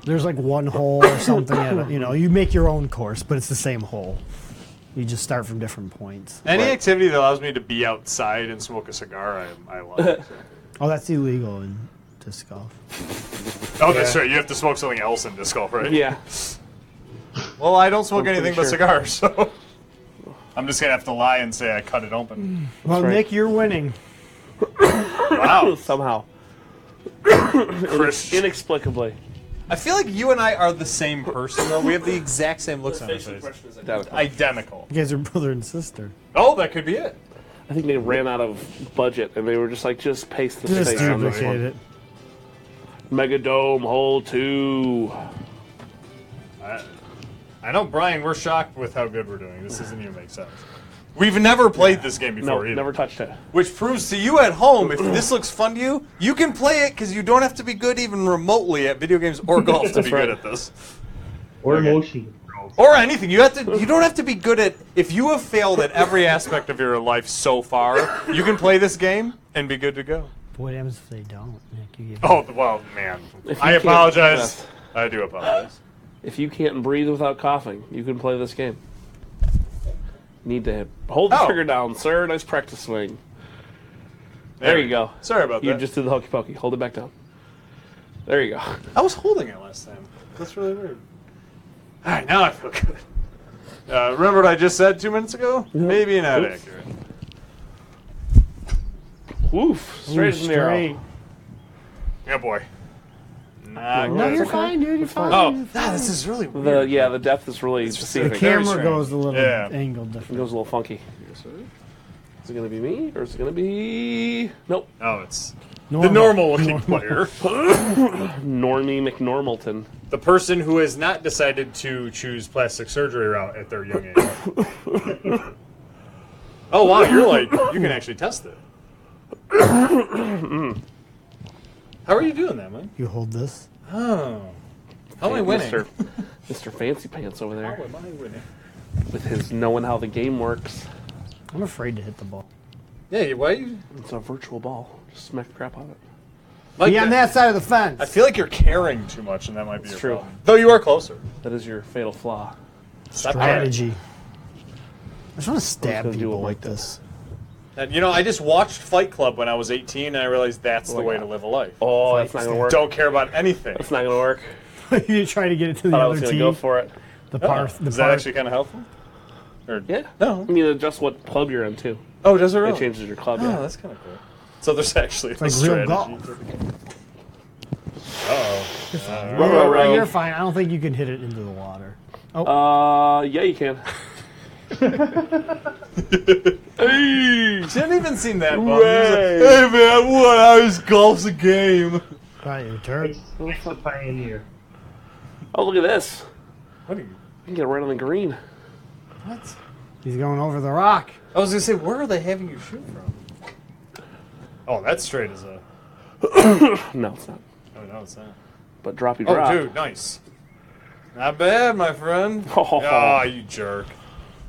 S1: There's like one hole or something. at a, you know, you make your own course, but it's the same hole. You just start from different points.
S7: Any activity that allows me to be outside and smoke a cigar, I, I love.
S1: Oh, that's illegal in disc golf.
S7: oh, that's right. You have to smoke something else in disc golf, right?
S4: Yeah.
S7: Well, I don't smoke
S4: I'm pretty
S7: anything but
S4: sure.
S7: cigars, so I'm just gonna have to lie and say I cut it open.
S1: Well,
S4: right.
S1: Nick, you're winning.
S7: Wow,
S4: Somehow.
S7: Chris.
S4: Inexplicably.
S8: I feel like you and I are the same person, though. We have the exact same looks on our
S4: Facial
S8: face.
S4: expression is identical.
S7: Identical.
S1: You guys are brother and sister.
S7: Oh, that could be it.
S4: I think they ran out of budget and they were just like, just paste the
S1: Just
S4: face on this
S1: duplicate
S4: one.
S1: it.
S4: Megadome Hole 2.
S7: I know, Brian. We're shocked with how good we're doing. This doesn't even make sense. We've never played this game
S4: No,
S7: before either.
S4: never touched it.
S8: Which proves to you at home, if this looks fun to you, you can play it because you don't have to be good even remotely at video games or golf to
S7: That's
S8: be
S7: right.
S8: good at this.
S3: Or motion controls.
S8: Or anything. You have to. You don't have to be good at. If you have failed at every aspect,
S7: aspect of your life so far, you can play this game and be good to go.
S1: What happens if they don't, Nick? You give
S7: Oh, well, man.
S4: If you
S7: I
S4: can't-
S7: apologize. I do apologize.
S4: If you can't breathe without coughing, you can play this game. Need to hold the
S7: Oh.
S4: trigger down, sir. Nice practice swing. There you go.
S7: Sorry about
S4: You
S7: that.
S4: just did the hokey pokey. Hold it back down. There you go.
S7: I was holding it last time. That's really weird. All right, now I feel good. Uh, remember what I just said two minutes ago? Maybe not
S4: Oops.
S7: accurate.
S4: Woof. Straight as an arrow.
S7: Yeah, boy. Nah,
S1: No,
S7: good.
S1: you're fine, dude. You're fine.
S7: Oh, nah, this is really weird.
S4: The, yeah, the depth is really
S1: The
S4: deceiving.
S7: very
S1: camera
S7: strange.
S1: goes a little
S7: Yeah.
S1: angle
S4: It
S1: different.
S4: goes a little funky. Is it gonna be me or is it gonna be nope?
S7: Oh, it's the normal looking player.
S4: Normie McNormalton.
S7: the person who has not decided to choose plastic surgery route at their young age. oh wow, you're like you can actually test it. How are you doing that, man?
S1: You hold this.
S7: Oh, how am I winning?
S4: Mr. Mr. Fancy Pants over
S7: How
S4: there
S7: am I winning?
S4: with his knowing how the game works.
S1: I'm afraid to hit the ball.
S7: Yeah, why you?
S4: It's a virtual ball. Just smack the crap out of it.
S7: Mike,
S1: Be on that side of the fence.
S7: I feel like you're caring too much, and that might be your
S4: It's true.
S7: problem. Though you are closer.
S4: That is your fatal flaw.
S7: Stop
S1: Strategy. I just want to stab
S4: gonna do
S1: people
S4: it
S1: like
S4: like
S1: this.
S7: caring. And you know, I just watched Fight Club when I was 18, and I realized that's the
S4: my
S7: way
S4: God.
S7: to live a life.
S4: Oh, that's not gonna work.
S7: Don't care about anything.
S4: That's not gonna work.
S1: you try to get it to the
S4: Thought I
S1: other
S4: was gonna
S1: team.
S4: go for it.
S1: the
S7: Oh,
S1: par. The
S7: is that
S1: par-
S7: actually kind of helpful? Or
S4: Yeah.
S7: No.
S4: I mean, adjust what club you're in too.
S7: Oh, does it
S4: It changes your club.
S7: Oh,
S4: yeah.
S7: that's kind of cool. So there's actually
S1: like
S7: a
S1: real
S7: strategy.
S1: golf.
S7: Ruh, ruh,
S1: You're,
S7: ruh.
S1: you're fine. I don't think you can hit it into the water.
S4: Uh, yeah, you can.
S7: Hey, she hadn't even seen that. Bump.
S8: Way.
S7: Hey man, what? I was golf's a game.
S1: Right, your turn.
S3: It's a pioneer.
S4: Oh, look at this.
S7: What are you?
S4: You can get right on the green.
S7: What?
S1: He's going over the rock.
S8: I was gonna say, where are they having you shoot from?
S7: Oh, that's straight as a.
S4: No, it's not.
S8: oh,
S7: know it's that.
S4: But Droppy
S7: Oh,
S4: Drop.
S7: dude, nice.
S8: Not bad, my friend.
S4: Oh,
S7: Ah, you jerk.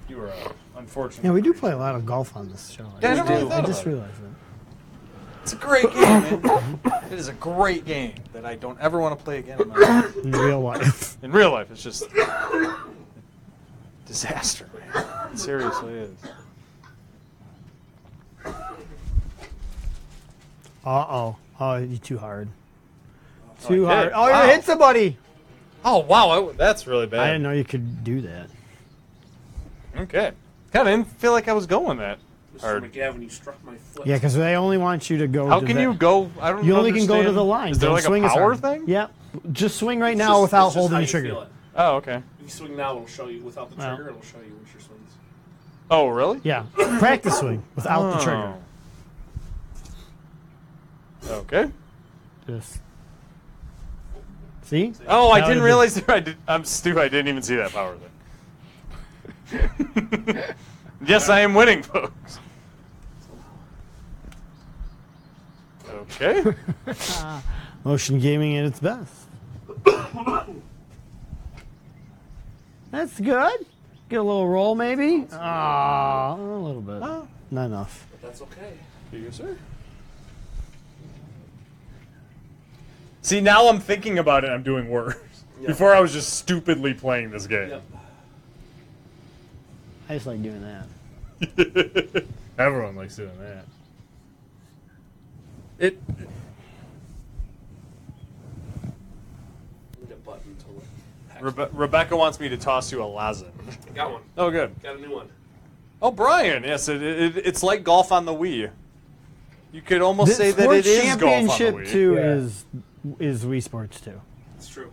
S7: You were uh, unfortunate.
S1: Yeah, we do play a lot of golf on this show.
S8: Yeah, I
S1: I,
S8: never really
S1: I
S8: thought
S1: just
S8: about it.
S1: realized that.
S8: It's a great game, man. it is a great game that I don't ever want to play again in my life.
S1: In real life.
S7: In real life, it's just
S8: Disaster, man.
S7: it seriously is.
S1: Uh oh. Oh, you're too hard. Too
S7: I
S1: hard.
S7: did.
S1: Oh,
S7: Wow.
S1: you hit somebody.
S7: Oh wow, I w- that's really
S1: I
S7: bad.
S1: didn't know you could do that.
S7: Okay, kind of didn't feel like I was going that.
S4: Mr.
S7: Hard.
S4: McGavin, you struck my foot.
S1: Yeah, because they only want you to go.
S7: How
S1: to
S7: can
S1: that-
S7: you go? I don't.
S1: You only can go to
S7: understand.
S1: the line.
S7: Is there
S1: Don't
S7: like
S1: swing
S7: a
S1: as
S7: power
S1: hard.
S7: thing?
S1: Yep. Just swing right now without holding the trigger.
S7: Oh okay.
S4: If you swing now, it'll show you. Without the
S1: Well.
S4: trigger, it'll show you which your swings.
S7: Oh really?
S1: Yeah. Practice swing without the trigger.
S7: Oh. Okay.
S1: Just. See?
S7: Oh, I
S1: That
S7: didn't
S1: would've
S7: realize that I did, I'm stupid. I didn't even see that power thing. yes, I am winning, folks. Okay.
S1: Motion gaming at its best. That's good. Get a little roll, maybe. Ah, a little bit. Not enough.
S4: But that's okay.
S7: See, now I'm thinking about it. I'm doing worse. Before I was just stupidly playing this game.
S4: Yep.
S1: I just like doing that.
S7: Everyone likes doing that. It.
S4: Need a button to look.
S7: Rebe- Rebecca wants me to toss you a lazen.
S4: Got one.
S7: Oh, good.
S4: Got a new one.
S7: Oh, Brian. Yes, it, it, it's like golf on the Wii. You could almost say that
S1: Sports
S7: it is golf on the
S1: Championship
S7: Wii.
S1: Two
S3: Yeah.
S1: is is Wii Sports Two.
S4: It's true.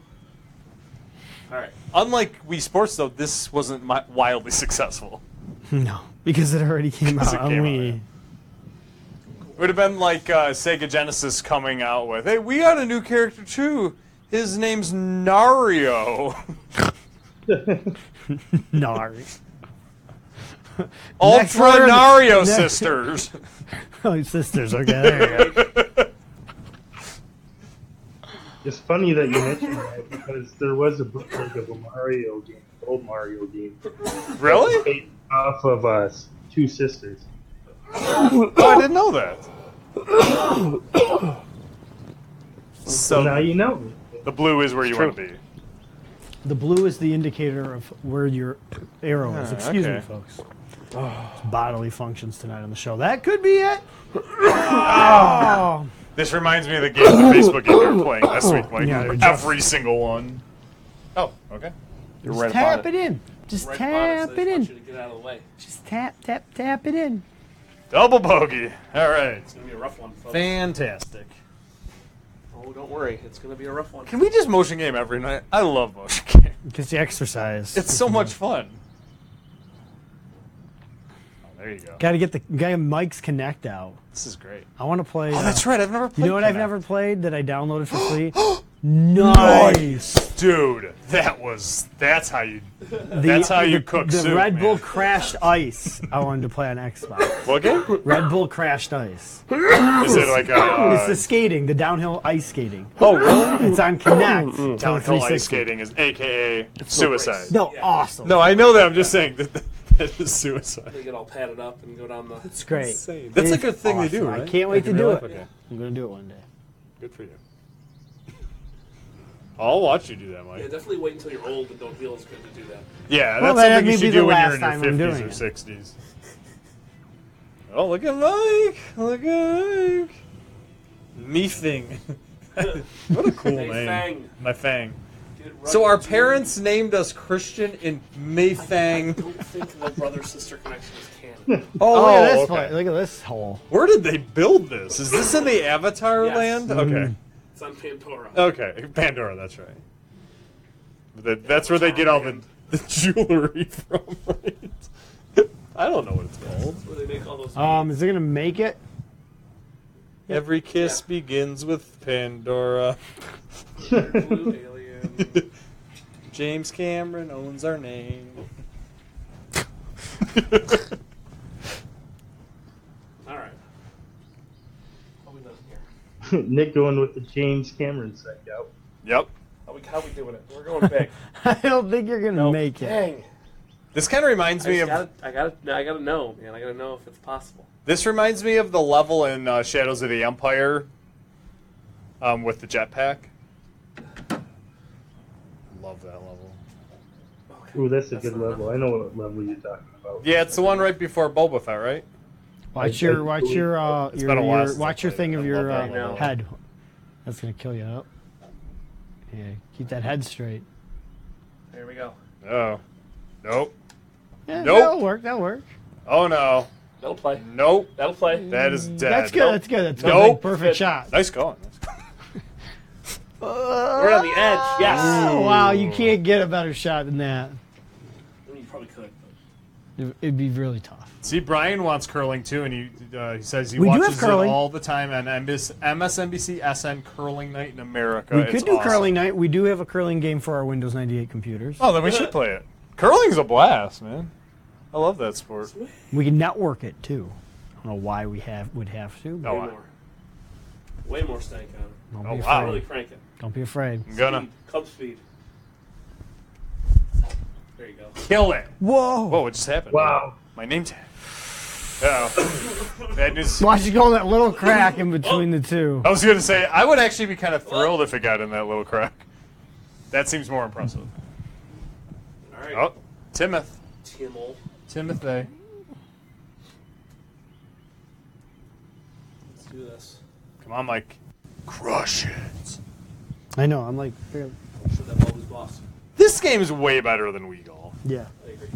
S4: All right.
S7: Unlike Wii Sports, though, this wasn't mi- wildly successful.
S1: No, because it already came
S7: Because
S1: out
S7: it
S1: on
S7: came out,
S1: Wii.
S7: yeah. It would have been like uh, Sega Genesis coming out with, "Hey, we got a new character too. His name's Nario."
S1: Nars. Next letter
S7: Ultra
S1: in the-
S7: Nario
S1: next-
S7: Sisters.
S1: Oh, sisters. Okay, there you go.
S3: It's funny that you mentioned that because there was a bootleg of a Mario game, old Mario game,
S7: really?
S3: based off of us, two sisters.
S7: Oh, I didn't know that.
S3: So now
S7: so
S3: you know.
S7: the blue is where you want to be.
S1: The blue is the indicator of where your arrow is.
S7: Ah,
S1: Excuse me,
S7: okay.
S1: folks. It's bodily functions tonight on the show. That could be it.
S7: This reminds me of the game, the Facebook game we were playing this week, Mike.
S1: Yeah, they're just-
S7: Every single one. Oh, okay.
S4: You're
S1: Just tap it in. Just
S4: Right
S1: tap
S4: upon it, so
S1: it
S4: I just want
S1: in.
S4: you to get out of the way. It's
S1: Just tap, tap, tap it in.
S7: Double bogey. All right.
S4: gonna be a rough one, folks.
S7: Fantastic.
S4: Oh, don't worry. It's gonna be a rough one.
S7: Can we just motion game every night? I love motion game.
S1: Because you exercise.
S7: It's so much fun. Oh, there you go.
S1: Got to get the guy Mike's Connect out.
S7: This is great.
S1: I want to play. uh,
S7: Oh, that's right. I've never played.
S1: You know what I've
S7: Connect.
S1: never played that I downloaded for free? nice.
S7: Dude, that was. That's how you.
S1: The-
S7: that's how
S1: the-
S7: you cook
S1: The
S7: soup,
S1: Red
S7: man.
S1: Bull Crashed Ice. I wanted to play on Xbox.
S7: What game?
S1: Red Bull Crashed Ice.
S7: Is it like a?
S1: It's
S7: Uh,
S1: the skating, the downhill ice skating.
S7: oh, really?
S1: It's on Connect. to the
S7: Downhill ice
S1: 360.
S7: skating is AKA suicide.
S1: No, awesome.
S7: No, I know that. I'm just saying that that is suicide.
S4: They get all padded up and go down the.
S1: It's great.
S7: That's
S1: It
S7: like a
S1: is
S7: thing they do,
S1: awesome. I
S7: right?
S1: can't wait to
S7: In
S1: do
S7: real
S1: it.
S7: life? Okay.
S1: I'm gonna do it one day.
S7: Good for you. I'll watch you do that,
S4: Yeah,
S7: Mike.
S4: definitely wait until you're old and don't feel as good to do that.
S7: Yeah,
S1: Well,
S7: that's
S1: that'd
S7: something you
S1: be
S7: should
S1: the
S7: do when you're
S1: last
S7: in your
S1: time I'm
S7: 50s or
S1: doing it.
S7: 60s. Oh, look at Mike! Look at Mike! Me thing. what a cool
S4: Hey,
S7: name.
S4: Fang.
S7: My fang.
S4: Get rugged,
S8: So our
S4: dude.
S8: parents named us Christian and
S4: I
S8: Mayfang.
S4: don't think the brother sister connection is canon.
S1: Oh, look at this
S7: okay.
S1: place. Look at this hole.
S7: Where did they build this? Is this in the Avatar
S4: Yes.
S1: Mm.
S7: land? Okay.
S4: It's on Pandora.
S7: Okay. Pandora, that's right. That, that's where they get all the, the jewelry from, right? I don't know what it's called.
S4: Where they make all those.
S1: Um, is it gonna make it?
S7: Every kiss
S4: Yeah.
S7: begins with Pandora.
S4: blue alien.
S7: James Cameron owns our name.
S4: All right. What are we done here?
S3: Nick going with the James Cameron psych out.
S7: Yep.
S8: How we, how we doing it? We're going big.
S1: I don't think you're gonna make it.
S4: Dang.
S8: this kind of reminds
S4: I
S8: me
S4: just
S8: of
S4: gotta, I gotta, I gotta know, man. I gotta know if it's possible.
S7: This reminds me of the level in uh, Shadows of the Empire um, with the jetpack. Love that level.
S3: Ooh, that's a good level. I know what level you're talking about.
S7: Yeah, it's the one right before Boba Fett, right?
S1: Watch your watch your uh
S7: It's
S1: your,
S7: been a while
S1: your-
S7: since I
S1: watch your
S7: played
S1: thing
S7: it.
S1: of
S7: I
S1: your
S7: love
S1: uh,
S4: that level.
S1: head. That's gonna kill you up. Yeah, keep that head straight.
S4: There we go.
S7: Oh. Nope.
S1: Yeah,
S7: Nope.
S1: that'll work. That'll work.
S7: Oh no.
S4: That'll play.
S7: Nope.
S4: That'll play.
S7: That is dead.
S1: Mm, That's good. That's good. That's good.
S7: Nope.
S1: Like, Perfect shot.
S7: Nice going. Nice going.
S4: We're on the edge. Yes.
S1: Oh, wow, you can't get a better shot than that.
S4: I mean, you probably could.
S1: It- It'd be really tough.
S7: See, Brian wants curling too, and he uh, he says he
S1: We do have
S7: watches it
S1: curling.
S7: all the time on MS- MSNBC SN Curling Night in America.
S1: We
S7: It's
S1: could do
S7: awesome.
S1: curling night. We do have a curling game for our Windows 98 computers.
S7: Oh, then we should play it. Curling's a blast, man. I love that sport.
S1: We can network it too. I don't know why we have would have to. but
S7: Oh,
S4: Way
S7: I-
S4: more. Way more stank on it.
S1: don't,
S7: oh,
S1: be
S7: wow.
S1: afraid.
S4: Really crank it.
S1: don't be afraid.
S7: I'm gonna
S4: Cub speed. There you go.
S7: kill it.
S1: Whoa!
S7: Whoa, what just happened?
S3: Wow.
S7: My name tag. Oh, that just.
S1: Watch it go in that little crack in between the two.
S7: I was gonna say I would actually be kind of thrilled if it got in that little crack. That seems more impressive.
S4: All right.
S7: Oh, Timoth.
S4: Timmel.
S7: Timothy.
S4: Let's do this.
S7: Come on, Mike. Crush it.
S1: I know. I'm like, barely-
S4: I'm sure that ball was lost.
S7: This game is way better than Wii Golf.
S1: yeah.
S4: I agree.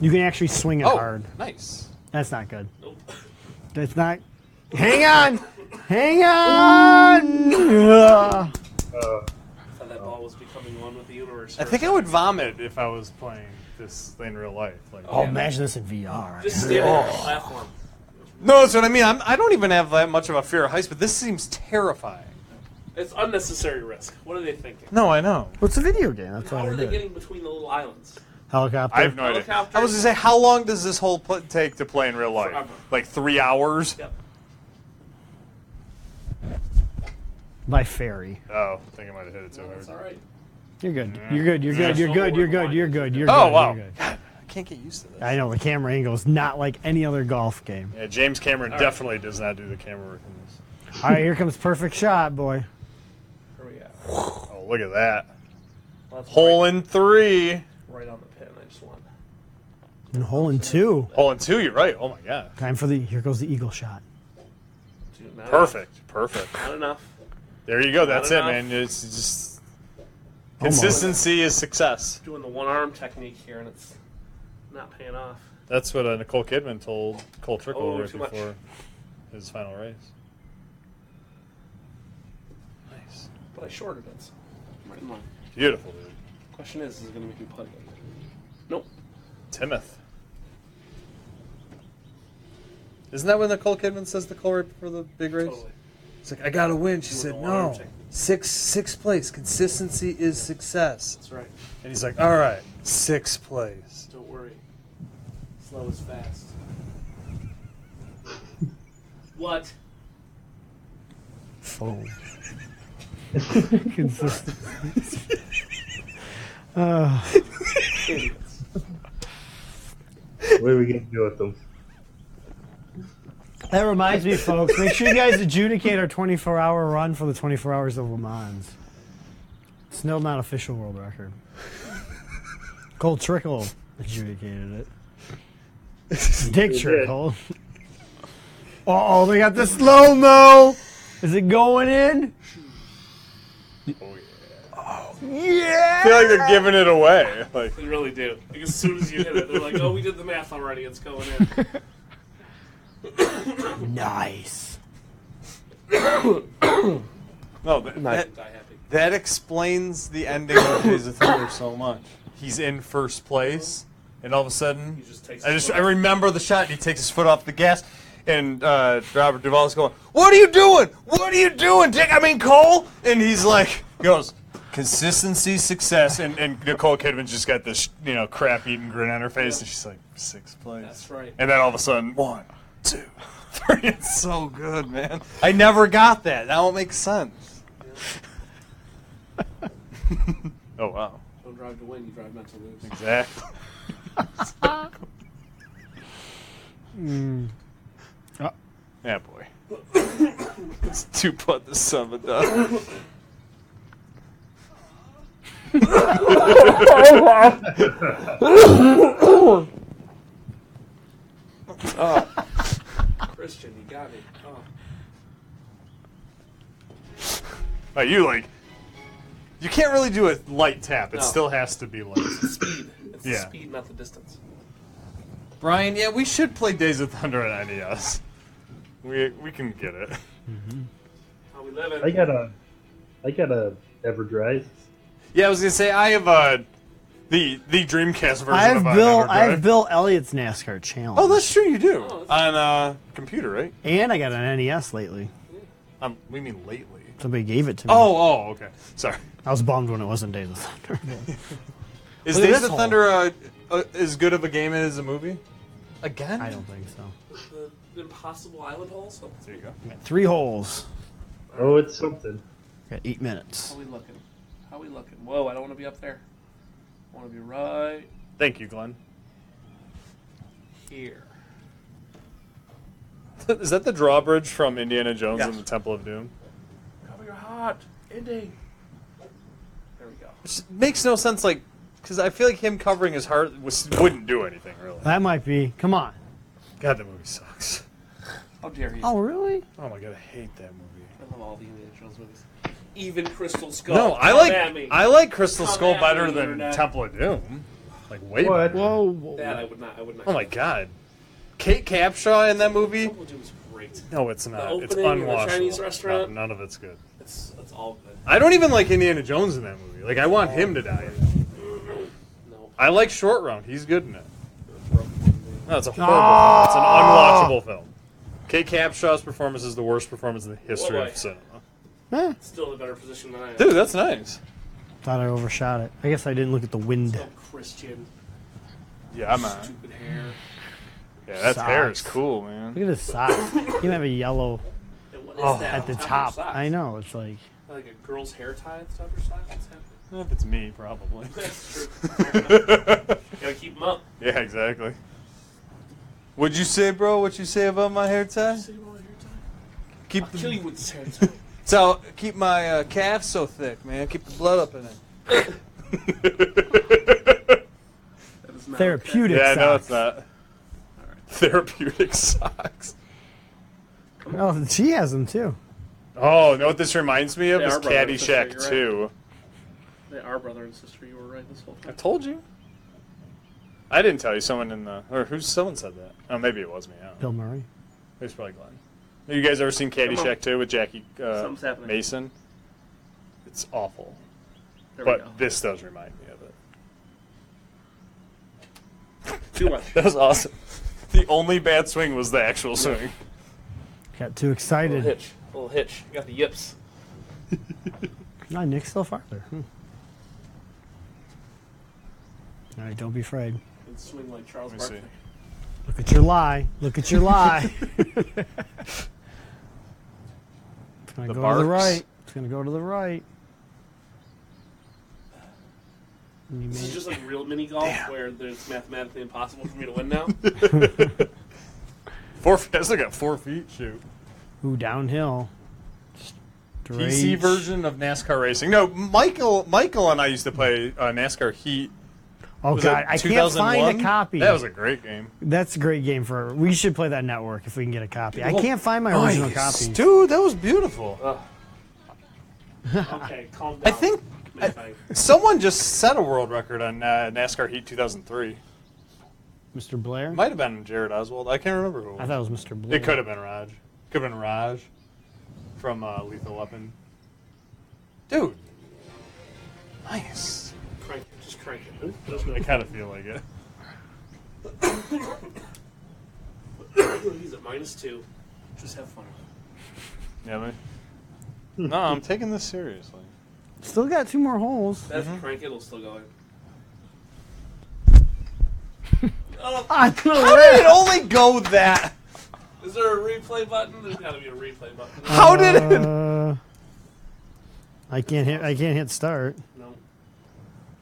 S1: You can actually swing it
S7: Oh.
S1: hard.
S7: nice.
S1: That's not good.
S4: Nope.
S1: That's not. Hang on. Hang on. Ugh.
S3: Uh,
S4: I thought that ball was becoming one with the universe.
S7: I think I would vomit if I was playing this in real life. Like,
S1: Oh, imagine this in VR.
S4: Just standing on the platform.
S7: No, that's what I mean. I'm, I don't even have that much of a fear of heights, but this seems terrifying.
S4: It's unnecessary risk. What are they thinking?
S7: No, I know.
S1: What's a video game? That's
S4: How
S1: all
S4: are
S1: I
S4: they
S1: did.
S4: getting between the little islands?
S1: Helicopter.
S7: I have no idea.
S4: Helicopter.
S7: I was gonna say, how long does this whole pl- take to play in real life?
S4: Forever.
S7: Like three hours?
S4: Yep.
S1: By ferry.
S7: Oh, I think I might have hit it too hard.
S4: That's all right.
S1: You're good. You're good. You're
S7: Yeah.
S1: good. You're good. You're good. You're good. You're good.
S7: Oh,
S1: You're
S7: wow.
S1: good.
S7: God, I can't get used to this.
S1: I know the camera angle is not like any other golf game.
S7: Yeah, James Cameron definitely does not do the camera work in this.
S1: All right, here comes perfect shot, boy.
S4: Where we at?
S7: Oh, look at that.
S4: Well, that's
S7: Hole in three.
S4: right, right on the pin. I just won.
S1: And hole in two.
S7: Hole in two, you're right. Oh my god.
S1: Time for the. Here goes the eagle shot.
S4: Dude, not
S7: Perfect. Perfect.
S4: Enough. Not enough.
S7: There you go. That's it,
S4: enough.
S7: man. It's just
S1: Almost.
S7: consistency is success.
S4: Doing the one arm technique here, and it's not paying off.
S7: That's what uh, Nicole Kidman told Cole Trickle
S4: Oh,
S7: right
S4: too much.
S7: before his final race. Nice.
S4: But I shorted it. so I'm right in line.
S7: Beautiful, dude.
S4: Question is, is it going to make me putt again? Nope.
S7: Timoth. Isn't that when Nicole Kidman says Nicole right before the big race?
S4: Totally.
S7: It's like I gotta win. She said
S4: the one
S7: no.
S4: arm thing.
S7: Six sixth place. Consistency is success.
S4: That's right.
S7: And he's like, all right, sixth place.
S4: Don't worry. Slow is fast. what?
S1: Oh. Consistent. Uh,
S4: Idiots.
S3: what are we gonna do with them?
S1: that reminds me, folks. Make sure you guys adjudicate our 24-hour run for the 24 hours of Le Mans. It's still not official world record. Cole Trickle adjudicated it. Dick Trickle. Oh, they got the slow mo. Is it going in?
S7: I feel like they're giving it away. Like
S4: They really do. Like as soon as you hit it, they're like, "Oh, we did the math already. It's going in."
S1: Nice.
S7: no, th- that,
S4: Die happy.
S7: that explains the ending of Days of Thunder so much. He's in first place, and all of a sudden,
S4: He just takes.
S7: I
S4: the
S7: just
S4: foot
S7: I
S4: off.
S7: remember the shot. And he takes his foot off the gas, and uh, Robert Duvall's going, "What are you doing? What are you doing, Dick? I mean Cole." And he's like, goes. Consistency, success, and, and Nicole Kidman just got this, you know, crap-eating grin on her face, and she's like, sixth place.
S4: That's right.
S7: And then all of a sudden, one, two, three. Fury. It's so
S8: So good, man. I never got that. Now it makes sense.
S7: oh wow,
S4: Don't drive to win, you drive meant to lose.
S7: exactly. Oh, yeah, boy.
S8: It's two putt the seven does.
S4: Christian, you got me. Oh.
S7: Oh, you like. You can't really do a light tap. It
S4: No.
S7: still has to be light.
S4: Speed. It's the
S7: Yeah.
S4: speed, not the distance.
S8: Brian, yeah, we
S7: should play Days of Thunder on E NES. We we can get it.
S4: How we live
S3: I got a, I got a EverDrive.
S7: Yeah, I was gonna say I have uh, the the Dreamcast version
S1: I have
S7: of uh,
S1: Bill.
S7: Never
S1: I have
S7: Drive.
S1: Bill Elliott's NASCAR challenge.
S8: Oh, that's true. You do
S4: Oh, that's-
S8: on uh, computer, right?
S1: and I got an NES lately.
S7: Um, we mean lately.
S1: Somebody gave it to me.
S7: Oh, oh, okay. Sorry.
S1: I was bummed when it wasn't Days of Thunder.
S8: Is
S1: Look at
S8: Days
S1: this
S8: of Thunder uh, uh, as good of a game as a movie? Again?
S1: I don't think so.
S4: The, the impossible island hole? So
S8: There you go.
S1: Got three holes.
S3: Oh, it's something.
S1: Got eight minutes.
S4: how we looking? How we looking? Whoa, I don't want to be up there. I want to be right
S7: Thank you, Glenn.
S4: here.
S7: Is that the drawbridge from Indiana Jones
S4: Yes.
S7: and the Temple of Doom?
S4: Cover your heart. Indy. There we go.
S8: Which makes no sense, like, because I feel like him covering his heart was.
S7: Wouldn't do anything really.
S1: That might be. Come on.
S7: God, that movie sucks.
S4: How dare you?
S1: Oh, really?
S7: Oh my god, I hate that movie.
S4: I love all the Indiana Jones movies. Even Crystal Skull.
S7: No, I
S4: Oh, Come
S7: like
S4: at me.
S7: I like Crystal
S4: Come
S7: Skull
S4: at
S7: better
S4: me,
S7: than
S4: Internet.
S7: Temple of Doom. Like way.
S3: What?
S7: better.
S1: Whoa.
S4: that. I would not. I would not.
S7: Oh my god.
S8: Kate Capshaw in that movie?
S4: Temple Doom is great.
S7: No, it's not. it's
S4: opening and the
S7: unwatchable.
S4: Chinese
S7: No,
S4: restaurant.
S7: none of it's good.
S4: It's it's all good.
S7: I don't even like Indiana Jones in that movie. Like I want him to die.
S4: No.
S7: I like Short Round. He's good in it. No, it's a horrible.
S1: Ah!
S7: Film. It's an unwatchable film. Kate Capshaw's performance is the worst performance in the history
S4: Why?
S7: of cinema.
S1: Eh,
S4: Still in a better position than I am.
S8: Dude, that's nice.
S1: thought I overshot it. I guess I didn't look at the wind.
S4: Oh, Christian.
S7: Yeah, I'm on.
S4: Stupid hair.
S7: Yeah, that
S1: Sucks.
S7: hair is cool, man.
S1: Look at his socks. you can have a yellow
S4: And what is that
S1: Oh, at
S4: on
S1: the
S4: of your
S1: top.
S4: socks?
S1: I know. It's like
S4: Like a girl's hair tie at the top of your sock? What's happening?
S7: If it's me, probably.
S4: That's true. Gotta keep them up.
S7: yeah, exactly.
S8: What'd you say, bro? What'd you say about my hair tie?
S4: Say about hair tie.
S8: Keep
S4: I'll kill
S8: the,
S4: you with this hair tie.
S8: so keep my uh, calves so thick, man. Keep the blood up in it.
S4: That is not
S1: therapeutic
S7: yeah,
S1: socks.
S7: no, it's not. Therapeutic socks.
S1: Oh, she has them too.
S7: Oh, you know what this reminds me of
S4: They
S7: is
S4: are brother and sister,
S7: Caddyshack
S4: you're right.
S7: 2.
S4: Okay. They are brother and sister. You were right this whole
S7: I
S4: time.
S7: told you. I didn't tell you. Someone in the or who? Someone said that. Oh, maybe it was me. I don't know.
S1: Bill Murray.
S7: It was probably Glenn. Have you guys ever seen
S4: Come on.
S7: Caddyshack 2 with Jackie uh,
S4: Something's happening.
S7: Mason? It's awful,
S4: There we go.
S7: but this does remind me of it.
S4: Too much.
S7: That was awesome. The only bad swing was the actual swing.
S1: Got too excited.
S4: hitch. A little hitch. You got the yips.
S1: No, Nick's still farther. Hmm. All right, don't be afraid.
S4: And swing like Charles
S7: Let me
S4: Barkley.
S7: see.
S1: Look at your lie. Look at your lie. it's gonna go
S7: The
S1: to
S7: barks.
S1: the right. It's gonna go to the right. And you
S4: This is
S1: may-
S4: just like real mini golf where there's mathematically impossible for me to win now.
S7: Four. I still got four feet. Shoot.
S1: Ooh, downhill. Straight.
S7: PC version of NASCAR racing. No, Michael. Michael and I used to play uh, NASCAR Heat.
S1: Oh
S7: Was
S1: god,
S7: that
S1: I can't find a
S7: 2001?
S1: copy.
S7: That was a great game.
S1: That's a great game for. We should play that network if we can get a copy.
S7: Oh,
S1: I can't find my original copy.
S8: Dude, that was beautiful.
S4: okay, calm down.
S8: I think
S4: Mini fight.
S7: Someone just set a world record on uh, NASCAR Heat 2003.
S1: Mr. Blair.
S7: Might have been Jared Oswald. I can't remember who.
S1: I
S7: It, was.
S1: thought it was Mr. Blair.
S7: it could have been Raj. Could have been Raj from uh, Lethal Weapon. Dude, nice.
S4: Crank it. Just crank it.
S7: I kind of feel like it.
S4: He's at minus two. Just have fun.
S7: Yeah, man. No, I'm taking this seriously.
S1: Still got two more holes.
S4: That's crank it. It'll still go in.
S1: I know
S8: How did it only go that?
S4: Oh, Is there a replay button? There's got to be a replay button.
S8: How did it?
S1: Uh, I can't hit. I can't hit start.
S4: No.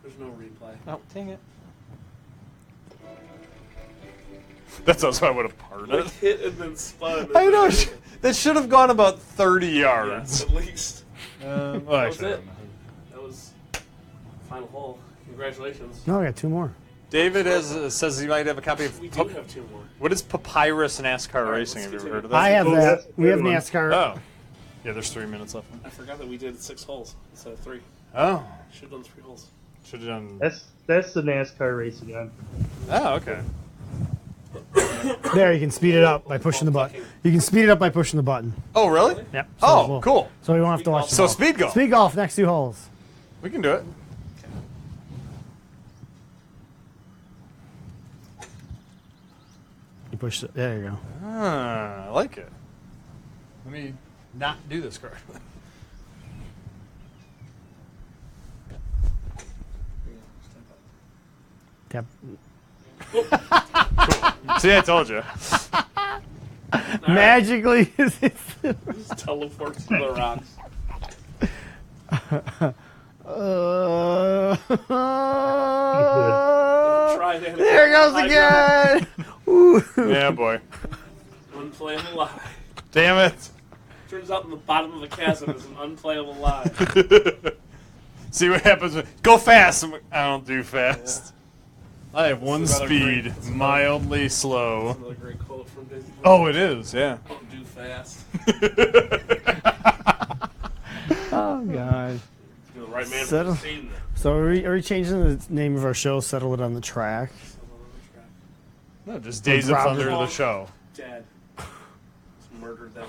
S4: There's no replay.
S8: Oh, dang it.
S7: That's also I would have parted
S4: Like
S7: it.
S4: hit and then spun.
S8: I know. sh- That should have gone about 30 yards.
S4: At least.
S7: Um, well,
S4: was
S7: actually, I
S4: it.
S7: don't know.
S4: That was final hole. Congratulations.
S1: No, I got two more.
S7: David has, uh, says he might have a copy of.
S4: We
S7: Pu-
S4: do have two more.
S7: what is Papyrus NASCAR
S4: right,
S7: Racing? Have
S4: let's
S7: you ever
S4: continue.
S7: heard of that?
S1: I have
S3: Oh,
S1: that.
S3: that's a
S1: We have
S3: good one.
S1: NASCAR.
S7: Oh. Yeah, there's three minutes left.
S4: I forgot that we did six holes instead of three.
S7: Oh.
S4: Should have done three holes.
S7: Should have done.
S3: That's that's the NASCAR racing one.
S7: Oh, okay.
S1: There, you can speed it up by pushing the button. You can speed it up by pushing the button.
S8: Oh, really?
S1: Yep. so
S8: Oh,
S1: we'll-
S8: cool.
S1: So we won't have to watch. the
S7: So
S1: ball.
S7: speed golf.
S1: Speed golf next two holes.
S7: We can do it.
S1: You push. The, there you go.
S7: Ah, I like it. Let me not do this card.
S1: Tap.
S7: See, I told you.
S1: Magically, it's-
S4: Just teleport to the rocks.
S1: Uh,
S4: Try that.
S1: there it goes
S4: I
S1: again. Ooh.
S7: Yeah, boy.
S4: Unplayable lie.
S7: Damn it.
S4: Turns out in the bottom of a chasm is an unplayable lie.
S7: See what happens. When, go fast. I'm like, I don't do fast. I have one
S4: another
S7: speed,
S4: great-
S7: mildly slow.
S4: Another great quote from Disney.
S7: Oh, it is. Yeah.
S4: Don't do fast.
S1: Oh god.
S4: You're the right man for
S1: Settle.
S4: the scene.
S1: So are we, are we changing the name of our show? Settle it on the track.
S7: No, just Days of
S1: Robert-
S7: Thunder the show.
S4: Dad. Just murdered that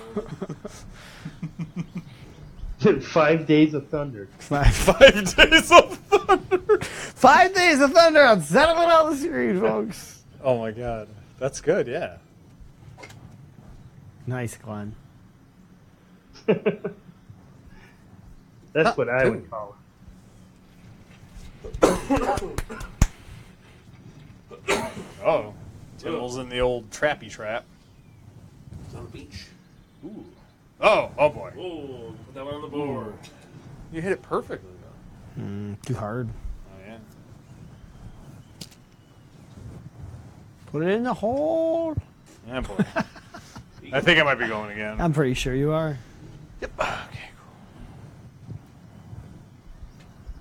S4: woman.
S3: Five days of thunder.
S1: Five,
S7: Five Days of Thunder.
S1: five days of thunder on Settle it on the screen, folks.
S7: Oh my God, that's good. Yeah.
S1: Nice, Glenn.
S3: That's what I would call it.
S7: Oh, Timmels in the old trappy trap.
S4: It's on the beach.
S7: Ooh. Oh, oh boy.
S4: Whoa, put that one on the board.
S7: You hit it perfectly though.
S1: Mm, too hard.
S7: Oh yeah.
S1: Put it in the hole.
S7: Yeah, boy. I think I might be going again.
S1: I'm pretty sure you are.
S7: yep. Okay.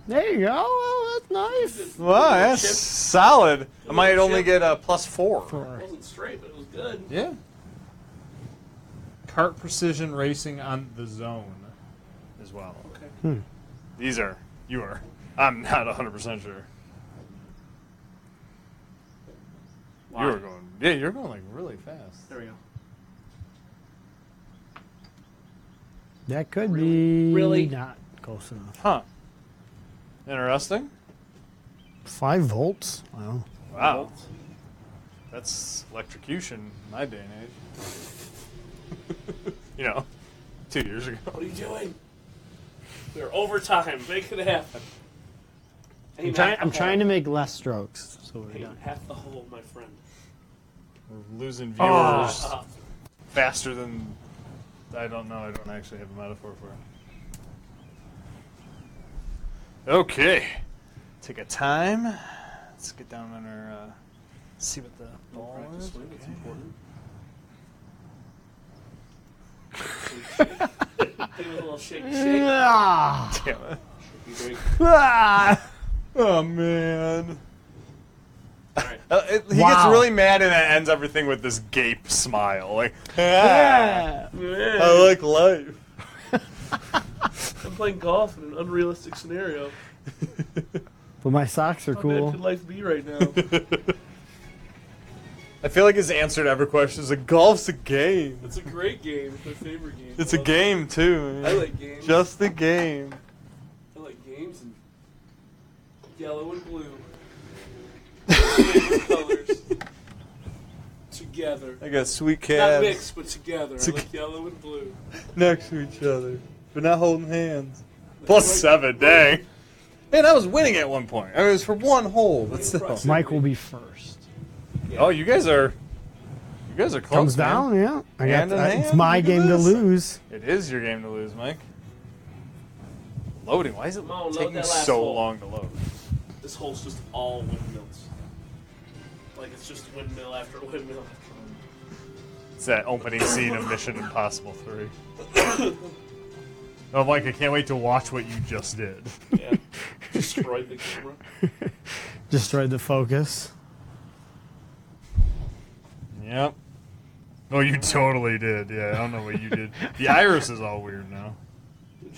S1: There you go. Oh, that's nice.
S7: Cool. Wow, that's
S4: Chip.
S7: solid. I might
S4: Chip.
S7: only get a plus four.
S4: It
S1: Four.
S4: wasn't straight, but it was good.
S1: Hmm.
S7: Yeah. Cart precision racing on the zone, as well.
S4: Okay.
S7: These are you are. I'm not 100 percent sure. You were going. Yeah, you're going like really fast.
S4: There we go.
S1: That could
S4: Really?
S1: be
S4: Really?
S1: not close enough.
S7: Huh. Interesting.
S1: Five volts. Wow.
S7: Wow. That's electrocution in my day and age. you know, two years ago.
S4: What are you doing? We're overtime. Make it happen.
S1: I'm, trying, I'm trying to make less strokes. So we're done.
S4: half the hole, my friend.
S7: We're losing viewers
S4: Ah,
S7: faster than. I don't know. I don't actually have a metaphor for it. Okay. Take a time. Let's get down on our. Uh, see what the ball
S4: practice
S7: is.
S4: swing, it's important. Give it a little shake, shake.
S1: Ah,
S7: Damn it.
S4: You drink.
S1: ah.
S7: Oh man.
S4: All right.
S7: Uh, it, he gets
S1: Wow.
S7: really mad and it ends everything with this gape smile. Like, "Ah, I
S4: Yeah.
S7: like life.
S4: I'm playing golf in an unrealistic scenario.
S1: But my socks are
S4: How bad could
S1: cool.
S4: life be right now?
S7: I feel like his answer to every question is like, golf's a game.
S4: it's a great game. It's my favorite game.
S7: It's a
S4: I love-
S7: game too. Man.
S4: I like games.
S7: Just a game.
S4: I like games and yellow and blue. colors. Together.
S7: I got sweet
S4: Not
S7: calves
S4: mixed, but together. I
S7: Tog-
S4: like yellow and blue.
S7: next to each other, but not holding hands. Plus seven, dang. Man, I was winning at one point. I mean, it was for one hole, but still.
S1: Mike will be first.
S7: Oh, you guys are. You guys are close.
S1: Comes
S7: man.
S1: down, yeah. I got
S7: Hand in
S1: I- it's
S7: hand,
S1: my
S7: look at
S1: game to
S7: this.
S1: lose.
S7: It is your game to lose, Mike. Loading. Why is it
S4: Come on, load
S7: taking
S4: that last
S7: so
S4: hole.
S7: long to load?
S4: This hole's just all windmills. Like it's just windmill after windmill after windmill.
S7: It's that opening scene of Mission Impossible 3. I'm like, I can't wait to watch what you just did.
S4: Yeah. Destroyed the camera.
S1: Destroyed the focus.
S7: Yep. Oh, you totally did. Yeah, I don't know what you did. The iris is all weird now.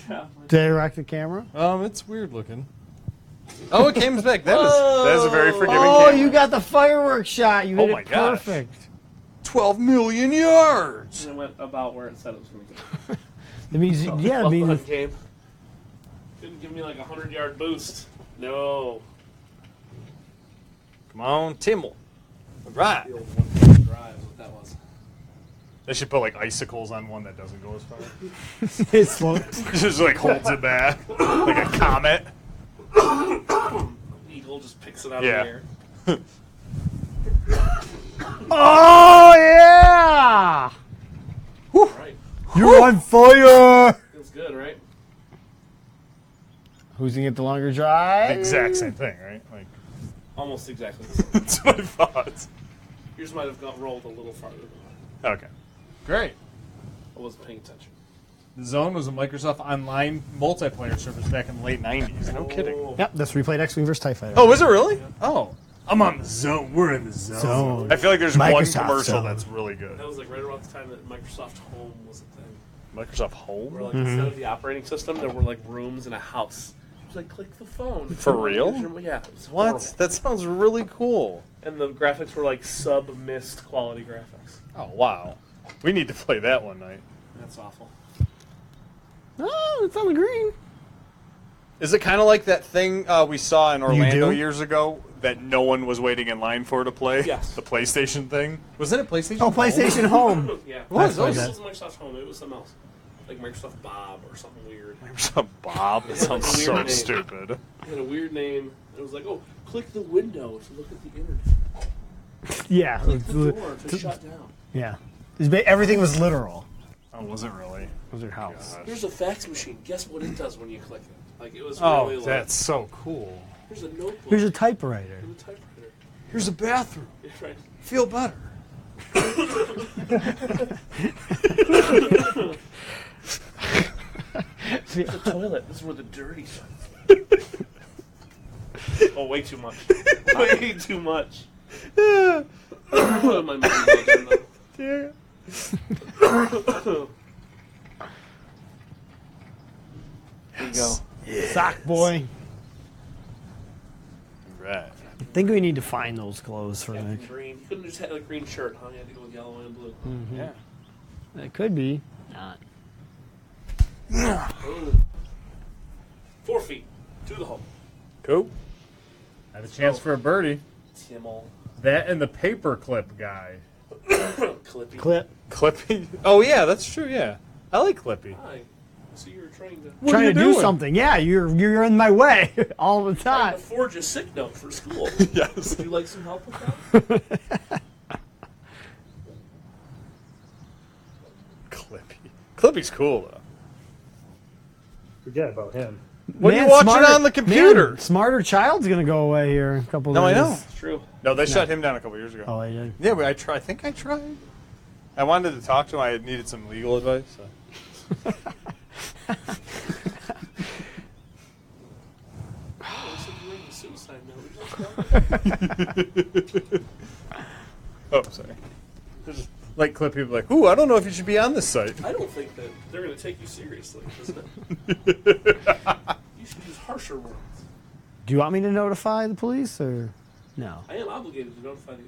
S4: Yeah.
S1: Did I rock the camera?
S7: Um, it's weird looking.
S8: Oh, it came back. That is
S7: That is a very forgiving
S1: Oh,
S7: camera.
S1: you got the fireworks shot. You
S7: Oh
S1: hit
S7: my
S1: it
S7: gosh.
S1: perfect.
S8: 12 million yards.
S4: And it went about where it said it was going to go.
S1: It means, yeah, it
S4: Well
S1: means
S4: done, Gabe. Didn't give me like a hundred yard boost. No.
S8: Come on, Timmel. All right.
S4: The old one drive, is what that was.
S7: They should put like icicles on one that doesn't go as far.
S1: it's slow.
S7: just like holds it back, like a comet.
S4: Eagle just picks it out
S7: Yeah.
S4: of the air.
S1: Oh, yeah!
S4: Right.
S7: You're on fire.
S4: Feels good, right?
S1: Who's going to get the longer drive?
S7: Exact same thing, right? Like
S4: Almost exactly. the same.
S7: that's my thoughts.
S4: Yours might have got rolled a little farther than mine.
S7: Okay.
S8: Great.
S4: I wasn't paying attention.
S7: The Zone was a Microsoft Online multiplayer service back in the late '90s.
S4: Oh.
S7: No kidding.
S1: Yep, that's where we played X-Wing versus TIE Fighter.
S8: Oh, is it really? Oh.
S7: I'm on the zone. We're in the zone.
S1: Zone.
S7: I feel like there's one
S1: Microsoft
S7: commercial
S1: Zone.
S7: that's really good.
S4: That was like right around the time that Microsoft Home was a thing.
S7: Microsoft
S4: Where
S7: Home.
S8: Mm-hmm.
S4: like instead of the operating system, there were like rooms in a house. It was like click the phone.
S8: For real?
S4: Yeah. It was horrible.
S8: What? That sounds really cool.
S4: And the graphics were like sub mist quality graphics.
S7: Oh wow. We need to play that one night.
S4: That's awful.
S1: Oh, it's on the green.
S8: Is it kind of like that thing uh, we saw in Orlando
S1: do?
S8: years ago?
S7: That no one was waiting in line for to play.
S4: Yes.
S7: The PlayStation thing.
S8: Was it a PlayStation?
S1: Oh, PlayStation Home.
S4: Yeah.
S8: What
S1: is
S4: This
S1: that?
S4: wasn't Microsoft Home. It was something else, like Microsoft Bob or something weird.
S7: Microsoft Bob. That sounds
S4: Weird
S7: so
S4: name.
S7: stupid.
S4: It had a weird name. It was like, oh, click the window to look at the internet.
S1: Yeah.
S4: Click the door to shut down.
S1: Yeah. It's ba- Everything was literal.
S7: Oh, wasn't really. Oh,
S1: was your house.
S4: Here's a fax machine. Guess what it does when you click it? Like it was
S7: Oh,
S4: really
S7: that's so cool.
S4: like here's a notebook.
S1: Here's a typewriter.
S4: and a typewriter.
S8: Here's a bathroom.
S4: Yeah, right.
S8: Feel better.
S4: The toilet. This is where the dirty stuff. is. oh, way too much. way too much. My mind is going though.
S8: There you go.
S1: Sock boy.
S7: Right.
S1: I think we need to find those clothes for
S4: Captain
S1: Nick.
S4: Green. You couldn't just have a green shirt, huh? You had to go with yellow and blue.
S8: Yeah.
S1: It could be. Not.
S4: Boom. Four feet to the hole.
S7: Cool. I have a chance for a birdie.
S4: Timmel.
S7: That and the paperclip guy.
S4: Clippy.
S1: Clip.
S7: Clippy. Oh yeah, that's true. Yeah, I like Clippy.
S4: Hi. So you were trying to
S7: What are
S1: Trying
S7: you
S1: to do
S7: doing?
S1: something. Yeah, you're you're in my way all the
S4: trying
S1: time.
S4: to forge a sick note for school.
S7: Yes.
S4: Would you like some help with that?
S7: Clippy. Clippy's cool though.
S3: Forget about him.
S7: What are you watching on the computer?
S1: man, smarter child's gonna go away here in a couple
S8: No, I
S1: days.
S8: know.
S4: It's true.
S7: No, they shut him down a couple years ago.
S1: Oh, I did.
S8: Yeah, but I try. I think I tried.
S7: I wanted to talk to him. I needed some legal advice. So.
S4: Oh, it's like you wrote a suicide note. Would you like help?
S7: Oh, sorry. There's just, like Clippy, would be like, ooh, I don't know if you should be on this site.
S4: I don't think that they're going to take you seriously, isn't it? you should use harsher words.
S1: Do you want me to notify the police or no?
S4: I am obligated to notify the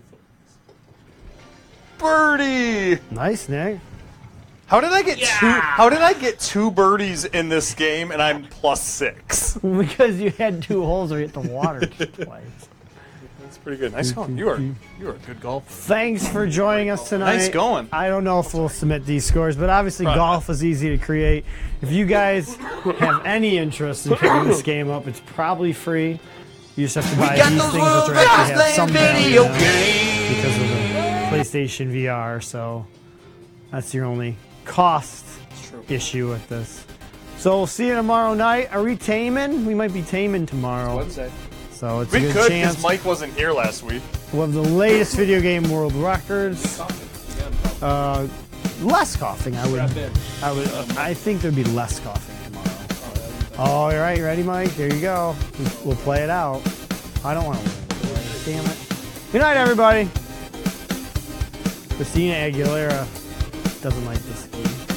S4: authorities.
S7: Birdie.
S1: Nice, Nick.
S7: How did I get two? How did I get two birdies in this game and I'm plus six?
S1: because you had two holes where you hit the water twice.
S7: That's pretty good. Nice going. You are you are a good golfer.
S1: Thanks for joining us tonight.
S8: Nice going.
S1: I don't know if we'll submit these scores, but obviously golf is easy to create. If you guys have any interest in picking this game up, it's probably free. You just have to buy
S5: Got
S1: these
S5: those
S1: things which
S5: little
S1: are
S5: guys
S1: actually have
S5: playing
S1: some value
S5: video
S1: now
S5: games.
S1: because of the PlayStation VR, so that's your only cost issue with this. So we'll see you tomorrow night. Are we taming? We might be taming tomorrow.
S4: Wednesday.
S1: So it's
S7: We
S1: a good
S7: could
S1: chance.
S7: because Mike wasn't here last week.
S1: We'll have the latest video game world records. Uh, less coughing, I would. I would. I think there'd be less coughing tomorrow. All right, ready, Mike? Here you go. We'll play it out. I don't want to win. Damn it. Good night, everybody. Christina Aguilera doesn't like this game.